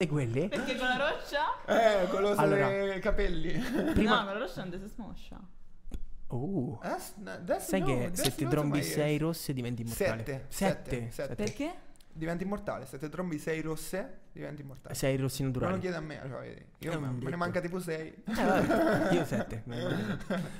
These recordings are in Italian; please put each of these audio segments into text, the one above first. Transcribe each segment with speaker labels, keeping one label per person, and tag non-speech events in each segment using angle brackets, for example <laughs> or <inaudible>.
Speaker 1: E quelle?
Speaker 2: Perché con la roccia?
Speaker 3: Eh, quello sui
Speaker 1: Allora.
Speaker 3: capelli.
Speaker 1: Prima-
Speaker 2: No, con la roccia non ti si smoscia.
Speaker 1: Oh.
Speaker 3: That's not- that's
Speaker 1: Sai
Speaker 3: no,
Speaker 1: che
Speaker 3: that's
Speaker 1: se ti
Speaker 3: not
Speaker 1: trombi
Speaker 3: my ears.
Speaker 1: 6 rosse diventi immortale.
Speaker 3: Sette, sette, sette.
Speaker 2: Perché?
Speaker 3: Diventi immortale. Se te trombi 6 rosse, diventi immortale.
Speaker 1: 6 rossi
Speaker 3: Non lo
Speaker 1: naturali.
Speaker 3: chiedi a me. Cioè, vedi,
Speaker 1: È
Speaker 3: io
Speaker 1: un
Speaker 3: me- me ne
Speaker 1: Eh, detto.
Speaker 3: manca tipo 6.
Speaker 1: Eh, vabbè, io 7.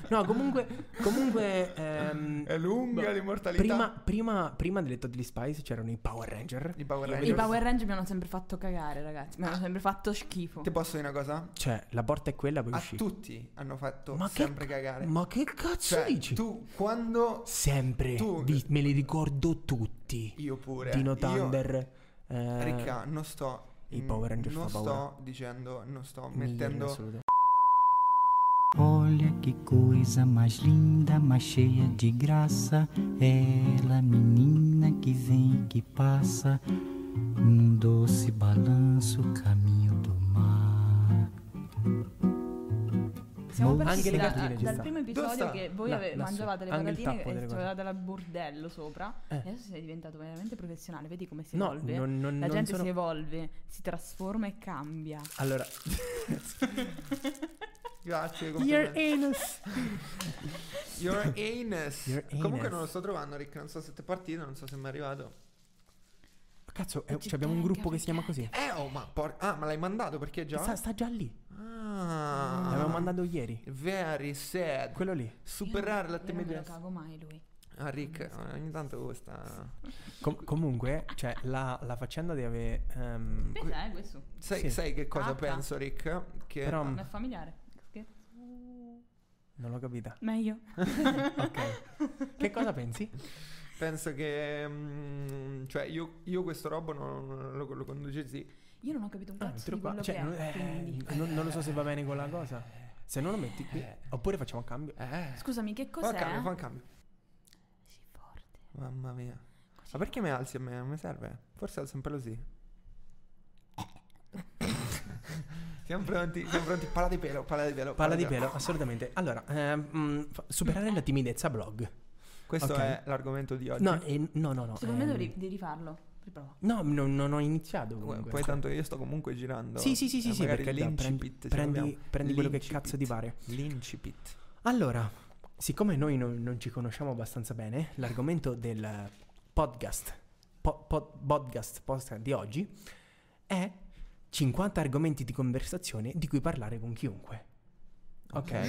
Speaker 1: No, comunque, comunque ehm,
Speaker 3: <laughs> È lunga
Speaker 1: boh,
Speaker 3: l'immortalità.
Speaker 1: prima, prima, prima delle Toddly Spice c'erano i Power Ranger.
Speaker 3: I Power
Speaker 1: Io-
Speaker 3: Rangers.
Speaker 2: I Power Ranger mi hanno sempre fatto cagare, ragazzi. Mi hanno sempre fatto schifo.
Speaker 3: Ti posso dire una cosa?
Speaker 1: Cioè, la porta è quella, poi
Speaker 3: A
Speaker 1: usci.
Speaker 3: tutti hanno fatto
Speaker 1: Ma che
Speaker 3: sempre
Speaker 1: ca-
Speaker 3: cagare.
Speaker 1: Ma che cazzo
Speaker 3: cioè,
Speaker 1: dici?
Speaker 3: tu quando
Speaker 1: Sempre.
Speaker 3: Tu-
Speaker 1: Vi- me li ricordo tutti.
Speaker 3: io pure
Speaker 1: Dino
Speaker 3: io-
Speaker 1: Thunder. eh,
Speaker 3: Ricca, non sto
Speaker 1: i Power Rangers
Speaker 3: non
Speaker 1: fa
Speaker 3: sto
Speaker 1: paura.
Speaker 3: dicendo, non sto
Speaker 1: migliori in
Speaker 3: mettendo
Speaker 1: assoluto.
Speaker 4: Olha que coisa mais linda, mais cheia de graça. Ela, menina que vem e que passa, num doce balanço, caminho do mar.
Speaker 2: Siamo
Speaker 4: Molto-
Speaker 2: partiti
Speaker 1: Anche le
Speaker 2: da-
Speaker 1: cartoline
Speaker 2: dal
Speaker 1: ci sta.
Speaker 2: primo
Speaker 3: Dove
Speaker 2: episodio
Speaker 3: sta?
Speaker 2: che voi
Speaker 1: Là,
Speaker 2: ave-
Speaker 1: lassù.
Speaker 2: mangiavate le
Speaker 1: Anche il
Speaker 2: patatine
Speaker 1: tappo
Speaker 2: e
Speaker 1: delle
Speaker 2: ci
Speaker 1: cose.
Speaker 2: avevate dal bordello sopra
Speaker 1: Eh.
Speaker 2: e adesso sei diventato veramente professionale vedi come si
Speaker 1: No,
Speaker 2: evolve
Speaker 1: non, non,
Speaker 2: la
Speaker 1: non
Speaker 2: gente
Speaker 1: sono...
Speaker 2: si evolve si trasforma e cambia
Speaker 1: Allora,
Speaker 3: Grazie,
Speaker 1: Your
Speaker 3: complimenti.
Speaker 1: anus.
Speaker 3: Your anus.
Speaker 1: Your
Speaker 3: Comunque
Speaker 1: anus.
Speaker 3: non lo sto trovando, Rick, non so se ti è partito, non so se mi è arrivato.
Speaker 1: Cazzo, eh, cioè abbiamo un gruppo che si chiama così.
Speaker 3: Eh, oh, ma por- ah, ma l'hai mandato perché già?
Speaker 1: Sta, sta già lì.
Speaker 3: Ah.
Speaker 1: L'avevamo mandato ieri.
Speaker 3: Very sad.
Speaker 1: Quello lì.
Speaker 3: Superare la
Speaker 2: io non me lo
Speaker 3: timidezza.
Speaker 2: cago mai lui
Speaker 3: Ah, Rick, eh, ogni tanto questa
Speaker 1: Com- comunque, cioè, la, la faccenda di avere. ehm,
Speaker 2: Pensa, eh, questo
Speaker 3: Sai,
Speaker 1: Sì.
Speaker 3: sai che cosa
Speaker 2: Ah,
Speaker 3: penso, Rick? Che
Speaker 1: Però-
Speaker 2: non è familiare Scherzo.
Speaker 1: non l'ho capita.
Speaker 2: meglio
Speaker 1: Ok. che cosa pensi?
Speaker 3: penso che mm, cioè io, io questo robo non, non lo, lo conducessi.
Speaker 2: io non ho capito un
Speaker 1: Ah,
Speaker 2: cazzo di
Speaker 1: troppo-
Speaker 2: quello
Speaker 1: cioè, non,
Speaker 2: che è
Speaker 1: eh,
Speaker 2: quindi
Speaker 1: non- non lo so se va bene con la cosa. Se non lo metti qui, oppure facciamo un cambio.
Speaker 3: Eh.
Speaker 2: scusami che
Speaker 3: Fa un
Speaker 2: cos'è
Speaker 3: cambio, fa un cambio.
Speaker 2: Sì, forte
Speaker 3: Mamma mia.
Speaker 2: Così
Speaker 3: Ma perché mi alzi a me? Mi serve? Forse alzo un pelo sì. siamo pronti, siamo pronti. Palla di pelo, palla di pelo.
Speaker 1: Parla di pelo, assolutamente. Allora, ehm, mm, fa- superare la timidezza blog.
Speaker 3: Questo
Speaker 1: Ok.
Speaker 3: è l'argomento di oggi.
Speaker 1: No, eh, no, no, no.
Speaker 2: secondo me
Speaker 1: ehm,
Speaker 2: dovrei- devi rifarlo riprova
Speaker 1: No, no, non ho iniziato
Speaker 3: Poi
Speaker 1: comunque.
Speaker 3: poi tanto io sto comunque girando.
Speaker 1: eh, Sì, sì, sì, sì,
Speaker 3: eh,
Speaker 1: sì,
Speaker 3: magari
Speaker 1: perché prendi,
Speaker 3: l'incipit, se
Speaker 1: prendi,
Speaker 3: vogliamo.
Speaker 1: prendi quello che
Speaker 3: L'incipit.
Speaker 1: cazzo ti pare.
Speaker 3: L'incipit.
Speaker 1: Allora, siccome noi non, non ci conosciamo abbastanza bene, l'argomento del podcast, po- po- podcast, podcast di oggi è 50 argomenti di conversazione di cui parlare con chiunque. Ok?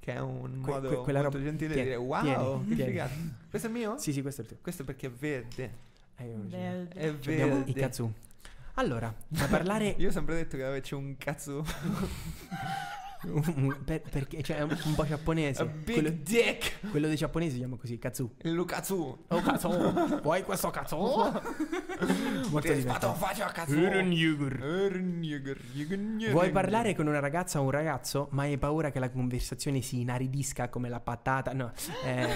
Speaker 3: Che è un
Speaker 1: Que-
Speaker 3: modo
Speaker 1: que- quella
Speaker 3: molto
Speaker 1: roba-
Speaker 3: gentile di
Speaker 1: tieni,
Speaker 3: dire wow,
Speaker 1: tieni,
Speaker 3: che
Speaker 1: tieni.
Speaker 3: figata. Questo è mio?
Speaker 1: Sì, sì, questo è il tuo.
Speaker 3: Questo perché è verde.
Speaker 1: Eh, io non ci-
Speaker 2: Verde.
Speaker 3: È
Speaker 1: ci abbiamo
Speaker 3: verde.
Speaker 1: i Eh. kazoo. Allora, da parlare
Speaker 3: <laughs> Io ho sempre detto che c'è un cazzo.
Speaker 1: <laughs> per- perché cioè, è un, un po'
Speaker 3: a
Speaker 1: giapponese.
Speaker 3: big
Speaker 1: Quello,
Speaker 3: dick.
Speaker 1: quello dei giapponesi si chiama così, kazoo.
Speaker 3: Lo cazzo.
Speaker 1: Oh cazzo, vuoi questo <laughs>
Speaker 3: Oh.
Speaker 1: cazzo? Molto
Speaker 3: Ti sbatto in
Speaker 1: divertente.
Speaker 3: faccia a cazzo.
Speaker 1: Eren Yeager.
Speaker 3: Eren Yeager, Yeager, Yeager.
Speaker 1: Vuoi parlare con una ragazza o un ragazzo, ma hai paura che la conversazione si inaridisca come la patata? No.
Speaker 3: <laughs>
Speaker 1: eh,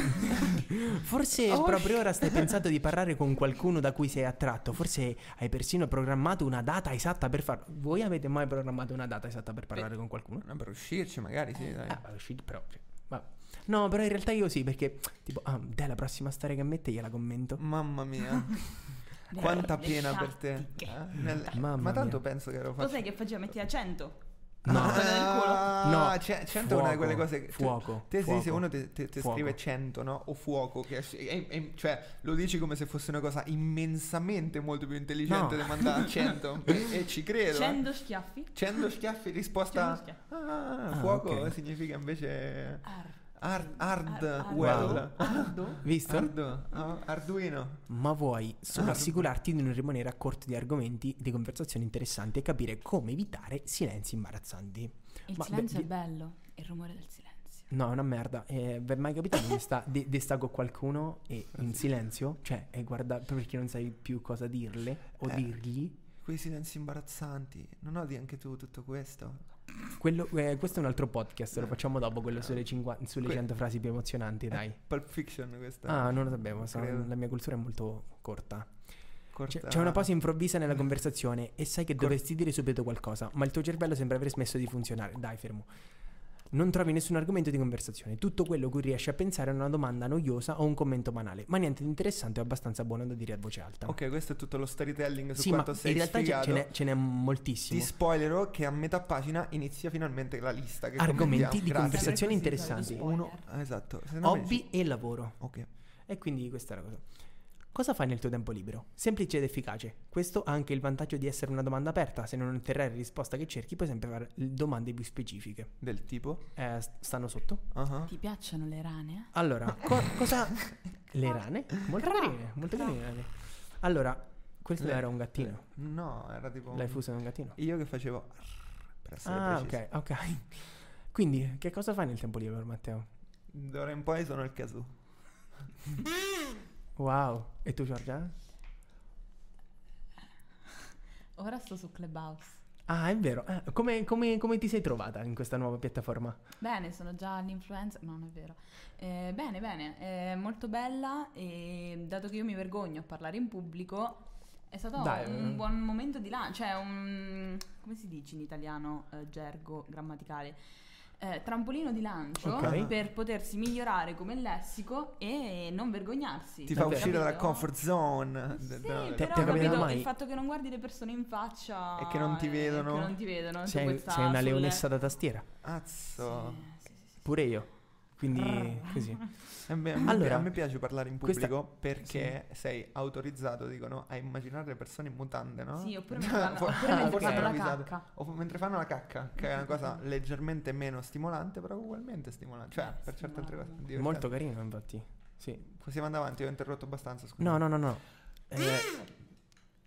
Speaker 1: forse
Speaker 3: Oh.
Speaker 1: proprio ora stai pensando di parlare con qualcuno da cui sei attratto. Forse hai persino programmato una data esatta per farlo. Voi avete mai programmato una data esatta per parlare con qualcuno?
Speaker 3: No, per uscirci magari, sì, dai.
Speaker 1: Ah, ma uscite proprio. Vabbè. No, però in realtà io sì, perché tipo, ah, dai, la prossima storia che mette gliela commento. <laughs>
Speaker 3: Mamma mia. Quanta pena per te. eh? Nel-
Speaker 1: Mamma
Speaker 3: Ma tanto
Speaker 1: mia.
Speaker 3: penso che ero fatto.
Speaker 2: Cos'è che faceva? Mettiva 100?
Speaker 1: No.
Speaker 3: Ah,
Speaker 1: No.
Speaker 3: c'è- 100 è una di quelle
Speaker 1: Fuoco,
Speaker 3: cose che tu-
Speaker 1: fuoco,
Speaker 3: te, sì, se
Speaker 1: fuoco,
Speaker 3: uno ti ti- ti
Speaker 1: fuoco.
Speaker 3: scrive 100 no? o fuoco che è- è- è- cioè lo dici come se fosse una cosa immensamente molto più intelligente
Speaker 1: No.
Speaker 3: di
Speaker 1: <laughs>
Speaker 3: mandare 100 e, e ci credo eh.
Speaker 2: 100 schiaffi?
Speaker 3: 100 schiaffi risposta
Speaker 2: 100 schiaffi.
Speaker 3: ah,
Speaker 1: Ah,
Speaker 3: fuoco
Speaker 1: ok. Ah.
Speaker 3: significa invece
Speaker 2: Ar-
Speaker 3: hard, hard
Speaker 2: ar-
Speaker 3: well
Speaker 2: ardo?
Speaker 1: <laughs>
Speaker 2: Ardo?
Speaker 1: Visto?
Speaker 3: Ardo, ah, Arduino
Speaker 1: ma vuoi solo assicurarti di non rimanere a corto di argomenti di conversazioni interessanti e capire come evitare silenzi imbarazzanti.
Speaker 2: Il
Speaker 1: Ma
Speaker 2: silenzio
Speaker 1: beh,
Speaker 2: è bello, il rumore del silenzio.
Speaker 1: No, è una merda. Eh, vi è mai capitato di, sta,
Speaker 3: <laughs>
Speaker 1: di, di sta con qualcuno e
Speaker 3: Ah,
Speaker 1: in silenzio? Cioè, e guarda, proprio perché non sai più cosa dirle o
Speaker 3: Eh.
Speaker 1: dirgli.
Speaker 3: quei silenzi imbarazzanti non odi anche tu tutto questo
Speaker 1: Quello- eh, questo è un altro podcast, lo facciamo dopo, quello sulle, 50 sulle
Speaker 3: Eh. Que-
Speaker 1: 100 frasi più emozionanti, dai.
Speaker 3: Pulp Fiction questa
Speaker 1: Ah, non lo sapevo, sono-
Speaker 3: credo.
Speaker 1: la mia cultura è molto corta. C'è,
Speaker 3: corta-
Speaker 1: Cioè, c'è una pausa improvvisa nella conversazione e sai che dovresti dire subito qualcosa, ma il tuo cervello sembra aver smesso di funzionare. Dai, fermo. Non trovi nessun argomento di conversazione. Tutto quello cui riesci a pensare è una domanda noiosa o un commento banale, ma niente di interessante o abbastanza buono da dire a voce alta.
Speaker 3: Ok, questo è tutto lo storytelling su
Speaker 1: Sì, ma
Speaker 3: quanto
Speaker 1: in
Speaker 3: sei
Speaker 1: realtà ce-
Speaker 3: sfigato.
Speaker 1: ce n'è, ce n'è
Speaker 3: Ti
Speaker 1: moltissimo.
Speaker 3: spoilerò che a metà pagina inizia finalmente la lista. Che
Speaker 1: Argomenti di
Speaker 3: commentiamo. diciamo. Grazie.
Speaker 1: conversazione
Speaker 2: Sempre così,
Speaker 1: interessanti.
Speaker 2: solito
Speaker 3: Uno, ah, esatto. Se no me-
Speaker 1: Hobby e lavoro.
Speaker 3: Ok.
Speaker 1: E quindi questa è la cosa. Cosa fai nel tuo tempo libero? Semplice ed efficace. Questo ha anche il vantaggio di essere una domanda aperta. Se non otterrai la risposta che cerchi, puoi sempre fare domande più specifiche.
Speaker 3: Del tipo.
Speaker 1: Eh, s- stanno sotto.
Speaker 3: Ah,
Speaker 2: Ti piacciono le rane?
Speaker 1: Allora, co- <laughs> cosa... Le rane? Molto carine, molto carine le rane. Allora, questo
Speaker 3: Le-
Speaker 1: era un gattino.
Speaker 3: No, era tipo.
Speaker 1: L'hai fuso da un gattino?
Speaker 3: Io che facevo. Per essere
Speaker 1: Ah,
Speaker 3: preciso.
Speaker 1: ok, ok. Quindi, che cosa fai nel tempo libero, Matteo?
Speaker 3: D'ora in poi sono il casù.
Speaker 1: Wow. E tu, Giorgia?
Speaker 2: Ora sto su Clubhouse.
Speaker 1: Ah, è vero. Eh, come, come- come ti sei trovata in questa nuova piattaforma?
Speaker 2: Bene, sono già l'influencer. No, non è vero. Eh, bene, bene, è molto bella e dato che io mi vergogno a parlare in pubblico, è stato
Speaker 1: Dai, eh.
Speaker 2: un buon momento di lancio, cioè un... come si dice in italiano eh, gergo grammaticale? Eh, trampolino di lancio
Speaker 1: Ok.
Speaker 2: per potersi migliorare come lessico e non vergognarsi.
Speaker 3: Ti fa
Speaker 1: Vabbè.
Speaker 3: uscire dalla
Speaker 2: Capito?
Speaker 3: comfort zone.
Speaker 2: Sì,
Speaker 3: De- no, del-
Speaker 1: Ti-
Speaker 2: però
Speaker 1: ti è
Speaker 2: ho
Speaker 1: capitato
Speaker 2: capito,
Speaker 1: mai?
Speaker 2: il fatto che non guardi le persone in faccia
Speaker 3: E che non ti
Speaker 2: eh,
Speaker 3: vedono?
Speaker 2: che non ti vedono, tu puoi
Speaker 1: Sei,
Speaker 2: stare
Speaker 1: sei una
Speaker 2: sulle-
Speaker 1: leonessa da tastiera.
Speaker 3: Azzo.
Speaker 2: Sì, sì, sì.
Speaker 1: Pure io. Quindi,
Speaker 3: <laughs>
Speaker 1: così.
Speaker 3: Eh beh, a, me,
Speaker 1: Allora,
Speaker 3: a me piace parlare in
Speaker 1: questa-
Speaker 3: pubblico perché sei autorizzato, dicono, a immaginare le persone in mutande,
Speaker 1: Ah?
Speaker 3: no?
Speaker 2: Sì,
Speaker 3: <laughs>
Speaker 2: oppure
Speaker 1: <laughs>
Speaker 2: mentre fanno-
Speaker 3: Forse
Speaker 2: oppure mentre
Speaker 3: forse
Speaker 2: fanno la
Speaker 3: improvvisato.
Speaker 2: cacca.
Speaker 3: O f- mentre fanno la cacca, che è una
Speaker 2: <laughs>
Speaker 3: cosa leggermente meno stimolante, però ugualmente stimolante. Cioè,
Speaker 2: Eh,
Speaker 3: per certe altre cose.
Speaker 2: stimolante.
Speaker 3: divertente.
Speaker 1: Molto carino, infatti. Sì.
Speaker 3: Possiamo andare avanti, ho interrotto abbastanza, scusa.
Speaker 1: No, no, no, no. Eh,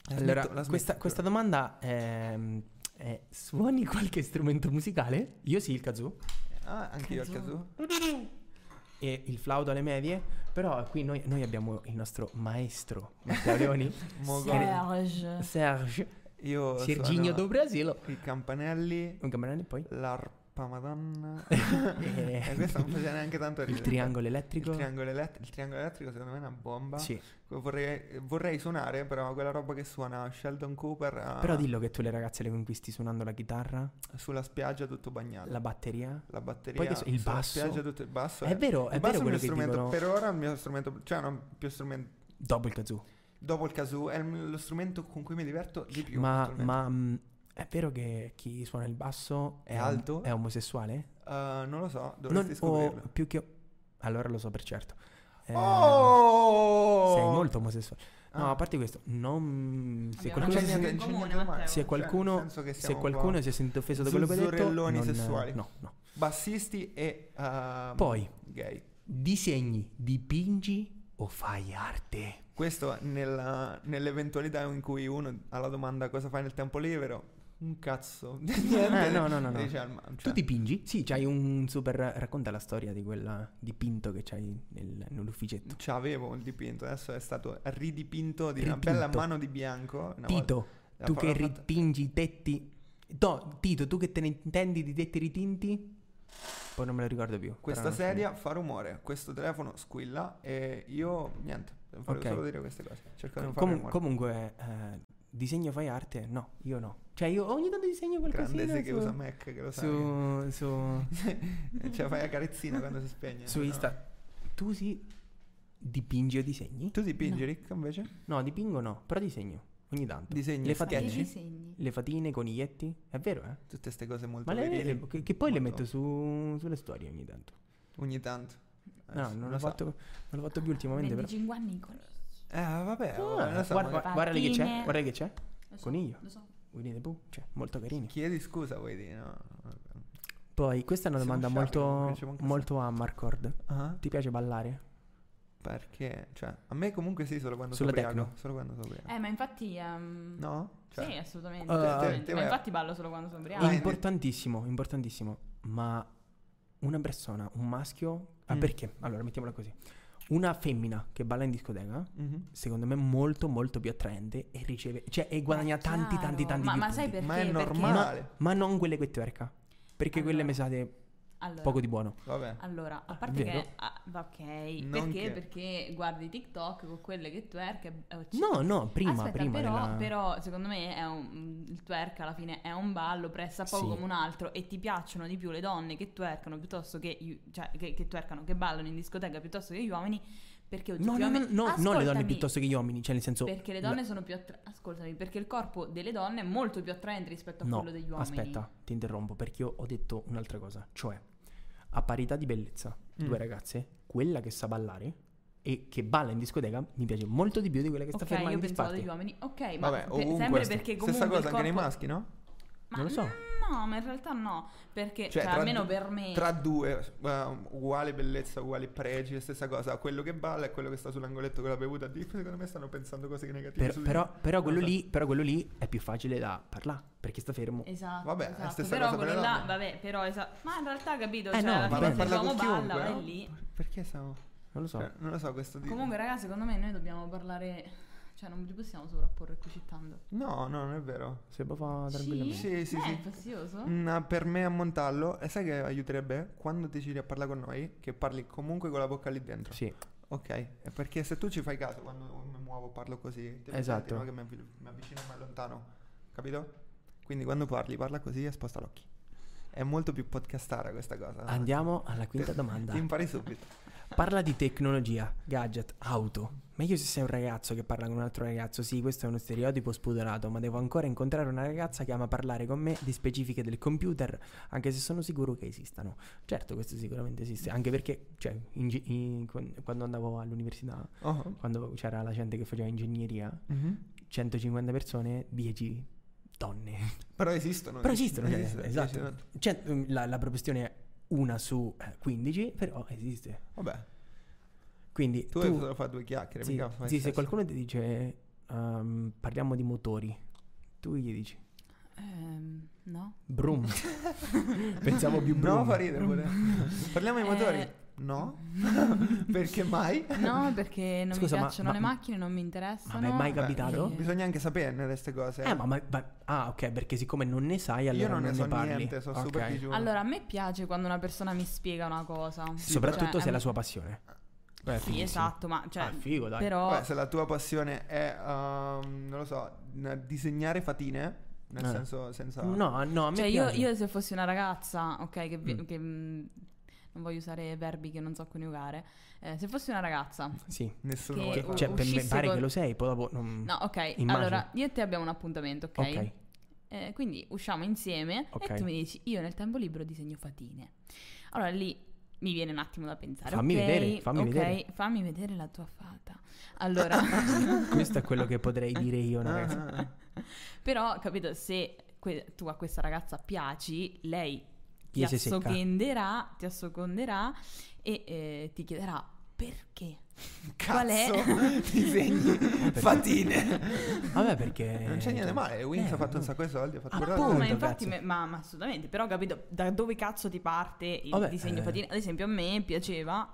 Speaker 3: La
Speaker 1: allora,
Speaker 3: smetto- la smetto,
Speaker 1: questa,
Speaker 3: giuro.
Speaker 1: questa domanda ehm, è... Suoni <laughs> qualche strumento musicale? Io sì, il kazoo.
Speaker 3: Ah, anche io al caso.
Speaker 1: E il flauto alle medie. Però qui noi, noi abbiamo il nostro maestro, Matteo
Speaker 3: <laughs>
Speaker 1: Leoni.
Speaker 3: Mogol.
Speaker 2: Serge.
Speaker 1: Serge.
Speaker 3: Io
Speaker 1: Serginho
Speaker 3: Oh, suono
Speaker 1: do Brasilo.
Speaker 3: i campanelli,
Speaker 1: Un campanello e
Speaker 3: <laughs>
Speaker 1: poi...
Speaker 3: l'arpa madonna.
Speaker 1: <laughs> eh,
Speaker 3: e questo non faceva neanche tanto
Speaker 1: il
Speaker 3: ridere.
Speaker 1: triangolo
Speaker 3: Il
Speaker 1: elettrico.
Speaker 3: triangolo, elett- il triangolo elettrico secondo me è una bomba. Ecco,
Speaker 1: Sì.
Speaker 3: Vorrei, vorrei suonare però quella roba che suona Sheldon Cooper ah, a-
Speaker 1: Però dillo che tu le ragazze le conquisti suonando la chitarra,
Speaker 3: sulla spiaggia tutto bagnato.
Speaker 1: la batteria.
Speaker 3: La batteria,
Speaker 1: Poi che so- il
Speaker 3: sulla
Speaker 1: basso.
Speaker 3: spiaggia tutto il basso.
Speaker 1: È vero, è
Speaker 3: Cioè, il
Speaker 1: vero
Speaker 3: basso è il mio
Speaker 1: quello che
Speaker 3: strumento.
Speaker 1: dicono.
Speaker 3: Per ora è il mio strumento, cioè non più strumento
Speaker 1: Dopo il kazoo.
Speaker 3: dopo il casù è il- lo strumento con cui mi diverto di più.
Speaker 1: Ma,
Speaker 3: naturalmente.
Speaker 1: ma, mh, è vero che chi suona il basso
Speaker 3: È alto?
Speaker 1: È omosessuale?
Speaker 3: Eh, non lo so, dovresti
Speaker 1: Non- oh,
Speaker 3: scoprirlo.
Speaker 1: o più che. Allora lo so per certo. Eh,
Speaker 3: oh!
Speaker 1: Sei molto omosessuale. No,
Speaker 3: Ah.
Speaker 1: a parte questo, non. Se
Speaker 2: Abbiamo
Speaker 1: qualcuno,
Speaker 2: una
Speaker 1: si,
Speaker 2: niente in comune, Matteo.
Speaker 1: se
Speaker 2: cioè,
Speaker 1: qualcuno,
Speaker 3: nel senso che
Speaker 1: se
Speaker 3: siamo
Speaker 1: qualcuno
Speaker 3: qua
Speaker 1: si è sentito offeso da quello che ho detto.
Speaker 3: zuzzurelloni
Speaker 1: Non,
Speaker 3: sessuali.
Speaker 1: No, no.
Speaker 3: bassisti e ehm,
Speaker 1: Poi.
Speaker 3: gay.
Speaker 1: Disegni, dipingi o fai arte?
Speaker 3: Questo nella- nell'eventualità in cui uno alla domanda cosa fai nel tempo libero, un cazzo. <laughs> Niente.
Speaker 1: Eh, no, no, no, no.
Speaker 3: Dice al ma- cioè,
Speaker 1: Tu dipingi? Sì, c'hai un super. Racconta la storia di quel dipinto che c'hai nel- nell'ufficetto.
Speaker 3: c'avevo un dipinto, adesso è stato ridipinto di
Speaker 1: Ridipinto.
Speaker 3: una bella mano di bianco. una
Speaker 1: Tito,
Speaker 3: volta-
Speaker 1: tu
Speaker 3: la-
Speaker 1: che
Speaker 3: l'ho fatta-
Speaker 1: ritingi i tetti. No, Tito, tu che te ne intendi di tetti ritinti? Poi non me lo ricordo più.
Speaker 3: Questa
Speaker 1: però non so.
Speaker 3: sedia fa rumore, questo telefono squilla e io niente, volevo
Speaker 1: Ok.
Speaker 3: solo dire queste cose. Cerco di non
Speaker 1: Com-
Speaker 3: fare
Speaker 1: comu-
Speaker 3: rumore.
Speaker 1: comunque, eh, disegno fai arte? No, io no. Cioè, io ogni tanto disegno qualcosina
Speaker 3: Grande sì che
Speaker 1: su,
Speaker 3: usa Mac, che lo sai.
Speaker 1: su, su,
Speaker 3: cioè fai la carezzina quando si spegne.
Speaker 1: su
Speaker 3: no?
Speaker 1: Insta. Tu sì, dipingi o disegni?
Speaker 3: Tu dipingi, Rick, invece?
Speaker 1: No, dipingo no, però disegno. Ogni tanto.
Speaker 3: Disegni,
Speaker 1: Le
Speaker 2: Ma che
Speaker 1: fatine.
Speaker 3: sketch.
Speaker 2: disegni?
Speaker 1: Le fatine, i coniglietti? È vero, eh?
Speaker 3: Tutte queste cose molto
Speaker 1: Ma le-
Speaker 3: verili.
Speaker 1: le- che, che poi le
Speaker 3: Molto-
Speaker 1: metto su, sulle storie ogni tanto.
Speaker 3: Ogni tanto. Eh,
Speaker 1: No,
Speaker 3: sì,
Speaker 1: non
Speaker 3: lo
Speaker 1: l'ho,
Speaker 3: so.
Speaker 1: fatto, non l'ho fatto più ultimamente. però-
Speaker 2: 25 anni con
Speaker 3: Eh, vabbè,
Speaker 1: Ah,
Speaker 3: vabbè, lo so,
Speaker 1: guarda,
Speaker 3: magari-
Speaker 2: magari-
Speaker 1: guarda lì che c'è,
Speaker 2: Pattine.
Speaker 1: guarda lì che c'è.
Speaker 2: Lo so,
Speaker 1: Coniglio.
Speaker 2: Lo so.
Speaker 1: Winnie the Pooh, cioè, molto carini.
Speaker 3: Chiedi scusa, vuoi dire, no?
Speaker 1: Poi, questa è una
Speaker 3: Siamo
Speaker 1: domanda
Speaker 3: sciapi, non riusciamo
Speaker 1: molto,
Speaker 3: anche a
Speaker 1: molto Amarcord.
Speaker 3: Ah,
Speaker 1: Ti piace ballare?
Speaker 3: perché, cioè, a me comunque sì, solo quando
Speaker 1: Sulla
Speaker 3: sono ubriaco.
Speaker 1: techno.
Speaker 3: Solo quando sono ubriaco.
Speaker 2: Eh, ma infatti... ehm,
Speaker 3: No? Cioè,
Speaker 2: Sì, assolutamente.
Speaker 1: Ah. Eh,
Speaker 2: assolutamente.
Speaker 3: te- te-
Speaker 2: ma
Speaker 3: te-
Speaker 2: infatti ballo solo quando sono
Speaker 3: Ah,
Speaker 2: ubriaco.
Speaker 3: In-
Speaker 1: importantissimo, importantissimo. Ma una persona, un maschio... Ah,
Speaker 3: Mm.
Speaker 1: perché? Allora, mettiamola così. Una femmina che balla in discoteca,
Speaker 3: mhm.
Speaker 1: secondo me, è molto, molto più attraente e riceve... Cioè, e guadagna
Speaker 2: Ma
Speaker 1: tanti,
Speaker 2: Eh, chiaro.
Speaker 1: tanti, tanti
Speaker 2: ma,
Speaker 1: più
Speaker 2: ma sai
Speaker 1: punti.
Speaker 2: perché?
Speaker 3: Ma è
Speaker 2: Perché-
Speaker 3: normale.
Speaker 1: Ma non quelle che twerca. Perché quelle
Speaker 2: Allora.
Speaker 1: mesate...
Speaker 2: Allora,
Speaker 1: Poco di buono.
Speaker 3: Vabbè.
Speaker 2: Allora, a parte
Speaker 1: Vero.
Speaker 2: che... ah, va- ok,
Speaker 3: Non
Speaker 2: perché?
Speaker 3: che-
Speaker 2: Perché guardi TikTok con quelle che twerk e... eh, ci-
Speaker 1: No, no, prima,
Speaker 2: Aspetta,
Speaker 1: prima
Speaker 2: però,
Speaker 1: della-
Speaker 2: però secondo me è un- il twerk alla fine è un ballo pressa poco
Speaker 1: Sì.
Speaker 2: come un altro e ti piacciono di più le donne che twerkano piuttosto che, gli- cioè, che, che twerkano, che ballano in discoteca piuttosto che gli uomini perché
Speaker 1: No, no, no,
Speaker 2: oggettivamente...
Speaker 1: no, non le donne
Speaker 2: cioè, Ascoltami,
Speaker 1: piuttosto che gli uomini, cioè nel senso...
Speaker 2: Perché le donne sono più attraenti, ascoltami, perché il corpo delle donne è molto più attraente rispetto a
Speaker 1: no,
Speaker 2: quello degli uomini.
Speaker 1: aspetta, ti interrompo perché io ho detto un'altra cosa, cioè a parità di bellezza,
Speaker 2: Mm.
Speaker 1: due ragazze, quella che sa ballare e che balla in discoteca mi piace molto di più di quella che sta
Speaker 2: Ok,
Speaker 1: ferma
Speaker 2: io
Speaker 1: in
Speaker 2: pensavo degli
Speaker 1: disparte.
Speaker 2: uomini. Ok, ma
Speaker 3: Vabbè,
Speaker 2: pe-
Speaker 3: ovunque
Speaker 2: sempre
Speaker 3: sta-
Speaker 2: perché comunque
Speaker 3: Stessa
Speaker 2: il
Speaker 3: cosa anche nei
Speaker 2: corpo-
Speaker 3: maschi, no?
Speaker 2: Ma
Speaker 1: Non lo so.
Speaker 2: mm, No, ma in realtà no, perché cioè,
Speaker 3: tra
Speaker 2: almeno
Speaker 3: du-
Speaker 2: per me
Speaker 3: Tra due, eh, uguale bellezza, uguale pregi, è stessa cosa. Quello che balla e quello che sta sull'angoletto con la bevuta. Di- Secondo me stanno pensando cose negative.
Speaker 1: Per-
Speaker 3: su di
Speaker 1: però,
Speaker 3: me.
Speaker 1: però quello
Speaker 3: Non lo so.
Speaker 1: lì, però quello lì è più facile da parlare perché sta fermo.
Speaker 2: Esatto.
Speaker 3: Vabbè, è
Speaker 2: esatto.
Speaker 3: stessa
Speaker 2: però
Speaker 3: cosa per le
Speaker 2: quello là,
Speaker 3: donne.
Speaker 2: vabbè, però esatto. Ma in realtà capito,
Speaker 1: Eh
Speaker 2: cioè
Speaker 1: no,
Speaker 2: alla
Speaker 1: ma
Speaker 2: fine
Speaker 1: parla
Speaker 2: se
Speaker 3: con
Speaker 2: l'uomo balla,
Speaker 3: chiunque,
Speaker 2: vai
Speaker 3: no?
Speaker 2: lì.
Speaker 3: Perché siamo...
Speaker 1: Non lo so.
Speaker 3: cioè, non lo so questo di...
Speaker 2: Comunque, raga, secondo me noi dobbiamo parlare. Cioè, non li possiamo sovrapporre qui citando. Eh,
Speaker 3: No, no, non è vero.
Speaker 1: Se lo fa tranquillamente.
Speaker 3: Sì, sì,
Speaker 2: Beh,
Speaker 3: sì.
Speaker 2: È fastidioso.
Speaker 3: Mm, per me a montarlo, e sai che aiuterebbe? Quando ti giri a parlare con noi, che parli comunque con la bocca lì dentro.
Speaker 1: Sì.
Speaker 3: Ok, eh, perché se tu ci fai caso quando mi muovo parlo così, te lo
Speaker 1: Esatto.
Speaker 3: senti, no? che mi, avvi- mi avvicino e mi allontano, capito? Quindi quando parli, parla così e sposta l'occhio. È molto più podcastara questa cosa. no?
Speaker 1: Andiamo alla
Speaker 3: <laughs>
Speaker 1: quinta domanda.
Speaker 3: Ti impari subito.
Speaker 1: Parla di tecnologia, gadget, auto. Meglio se sei un ragazzo che parla con un altro ragazzo. Sì, questo è uno stereotipo spudorato, ma devo ancora incontrare una ragazza che ama parlare con me di specifiche del computer, anche se sono sicuro che esistano. Certo, questo sicuramente esiste, anche perché, cioè, in gi- in- quan- quando andavo all'università,
Speaker 3: <laughs> Oh.
Speaker 1: quando c'era la gente che faceva ingegneria,
Speaker 3: Mm-hmm.
Speaker 1: 150 persone, 10 donne.
Speaker 3: <laughs> Però esistono.
Speaker 1: Però
Speaker 3: dici.
Speaker 1: esistono, cioè,
Speaker 3: <laughs> Esistono, dici,
Speaker 1: esatto.
Speaker 3: no?
Speaker 1: Cioè, la, la proporzione è una su eh, 15, però esiste.
Speaker 3: Vabbè,
Speaker 1: Quindi
Speaker 3: tu,
Speaker 1: tu
Speaker 3: hai fatto fare due chiacchiere.
Speaker 1: sì,
Speaker 3: mica fai
Speaker 1: sì, se
Speaker 3: sesso.
Speaker 1: qualcuno ti dice ehm, parliamo di motori, tu gli dici
Speaker 2: Ehm,
Speaker 1: <laughs>
Speaker 2: no.
Speaker 3: <laughs>
Speaker 1: brum. Pensavo più brum.
Speaker 3: No, fa ridere pure.
Speaker 1: <laughs>
Speaker 3: Parliamo dei motori.
Speaker 2: Eh.
Speaker 3: No? <laughs> perché mai?
Speaker 2: No, perché non
Speaker 1: Scusa,
Speaker 2: mi
Speaker 1: ma-
Speaker 2: piacciono
Speaker 1: ma-
Speaker 2: le macchine, non mi interessano.
Speaker 1: ma è mai
Speaker 2: Eh,
Speaker 1: capitato?
Speaker 2: eh,
Speaker 3: Bisogna anche saperne queste cose.
Speaker 1: Eh, ma, ma- ma- ah, ok, perché siccome non ne sai, allora
Speaker 3: Io non ne so
Speaker 1: parli.
Speaker 3: niente, sono
Speaker 1: Ok.
Speaker 3: super digiuno.
Speaker 2: Allora, a me piace quando una persona mi spiega una cosa.
Speaker 1: Soprattutto
Speaker 2: Cioè,
Speaker 1: se è la
Speaker 2: eh,
Speaker 1: sua passione. Eh,
Speaker 2: Sì,
Speaker 1: fighissimo.
Speaker 2: esatto, ma cioè,
Speaker 1: Ah, figo, dai.
Speaker 2: però
Speaker 3: Vabbè, se la tua passione è, ehm, non lo so, n- disegnare fatine, nel
Speaker 1: Eh.
Speaker 3: senso senza...
Speaker 1: No, no, a me
Speaker 2: Cioè, io,
Speaker 1: piace.
Speaker 2: io se fossi una ragazza, ok, che, vi-
Speaker 1: Mm.
Speaker 2: che, mm, non voglio usare verbi che non so coniugare. eh, se fossi una ragazza,
Speaker 1: Sì.
Speaker 3: Nessuno
Speaker 2: Che-
Speaker 3: vuole
Speaker 1: Cioè,
Speaker 3: farlo.
Speaker 1: per me
Speaker 2: uscisse
Speaker 1: pare
Speaker 2: con-
Speaker 1: che lo sei, poi dopo... non-
Speaker 2: no, ok,
Speaker 1: Immagino.
Speaker 2: allora io e te abbiamo un appuntamento, ok?
Speaker 1: Ok.
Speaker 2: Eh, quindi usciamo insieme
Speaker 1: Ok.
Speaker 2: e tu mi dici, io nel tempo libero disegno fatine. Allora lì mi viene un attimo da pensare.
Speaker 1: Fammi
Speaker 2: ok,
Speaker 1: vedere, fammi
Speaker 2: ok,
Speaker 1: vedere.
Speaker 2: fammi vedere la tua fata.
Speaker 1: <laughs>
Speaker 2: Allora, <laughs>
Speaker 1: Questo è quello che potrei dire io,
Speaker 3: Ah,
Speaker 1: ragazzi.
Speaker 3: ah, ah.
Speaker 2: però, capito, se que- tu a questa ragazza piaci, lei ti
Speaker 1: Chiese secca.
Speaker 2: assoconderà, ti assoconderà e eh, ti chiederà perché. Qual è? <laughs>
Speaker 3: Cazzo, disegni fatine.
Speaker 1: Vabbè, perché...
Speaker 3: Non c'è niente di male, Wings
Speaker 1: Eh,
Speaker 3: ha fatto un
Speaker 1: no.
Speaker 3: sacco di soldi, ha fatto
Speaker 1: Ah,
Speaker 3: guardare-
Speaker 2: No,
Speaker 1: appunto.
Speaker 2: ma infatti,
Speaker 1: cazzo.
Speaker 2: me- ma, ma assolutamente, però ho capito da dove cazzo ti parte il
Speaker 1: Vabbè,
Speaker 2: disegno
Speaker 1: eh.
Speaker 2: fatine. Ad esempio, a me piaceva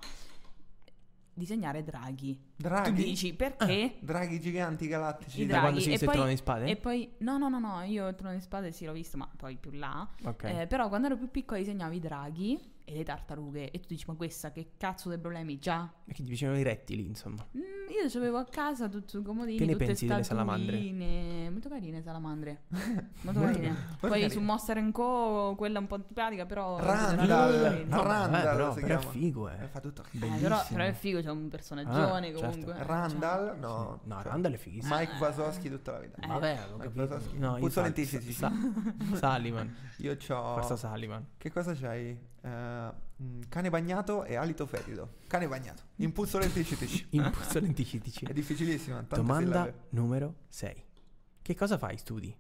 Speaker 2: disegnare draghi. Tu
Speaker 3: Draghi,
Speaker 2: dici perché?
Speaker 1: Ah.
Speaker 3: draghi giganti galattici.
Speaker 2: I
Speaker 1: Da quando
Speaker 2: draghi.
Speaker 1: si è
Speaker 2: E
Speaker 1: visto il
Speaker 2: poi-
Speaker 1: trono di spade?
Speaker 2: E poi, no, no, no, no, io il trono di spade sì l'ho visto, ma poi più là.
Speaker 1: Ok.
Speaker 2: Eh, però quando ero più piccola disegnavo i draghi e le tartarughe e tu dici, ma questa che cazzo dei problemi già?
Speaker 1: Perché ti piacevano i rettili, insomma.
Speaker 2: Mm, io ce avevo a casa tutto un comodino.
Speaker 1: Che ne
Speaker 2: tutte
Speaker 1: pensi delle salamandre?
Speaker 2: statuine. Molto carine
Speaker 1: <laughs>
Speaker 2: salamandre. Molto
Speaker 3: Molto-
Speaker 2: carine.
Speaker 3: molto
Speaker 2: Poi
Speaker 3: carine.
Speaker 2: su Monster Co. quella un po' antipatica, però.
Speaker 3: Randall,
Speaker 2: No,
Speaker 3: Randall
Speaker 1: vabbè, però-
Speaker 3: si
Speaker 1: però è
Speaker 3: chiama.
Speaker 1: figo, eh.
Speaker 3: Eh, Fa tutto.
Speaker 2: eh, però, però è figo, c'è un personaggione
Speaker 1: Ah, certo.
Speaker 2: comunque. Cioè,
Speaker 3: Randall, no.
Speaker 1: No,
Speaker 3: cioè,
Speaker 1: Randall è fighissimo.
Speaker 3: Mike Vasoschi tutta la vita.
Speaker 2: Eh,
Speaker 1: Vabbè, ho
Speaker 3: Ma
Speaker 1: capito.
Speaker 3: cosa-
Speaker 1: No, io
Speaker 3: Puzzolenti
Speaker 1: sa-
Speaker 3: si- <laughs>
Speaker 1: sa- Sullivan.
Speaker 3: Io c'ho...
Speaker 1: Forza Sullivan.
Speaker 3: Che cosa c'hai? Eh, mm, cane bagnato e alito fetido. Cane bagnato. Impulso lentici. <laughs>
Speaker 1: Impulso
Speaker 3: È
Speaker 1: lenticitici.
Speaker 3: difficilissimo. tante
Speaker 1: Domanda
Speaker 3: sillabe.
Speaker 1: numero 6. Che cosa fai, studi?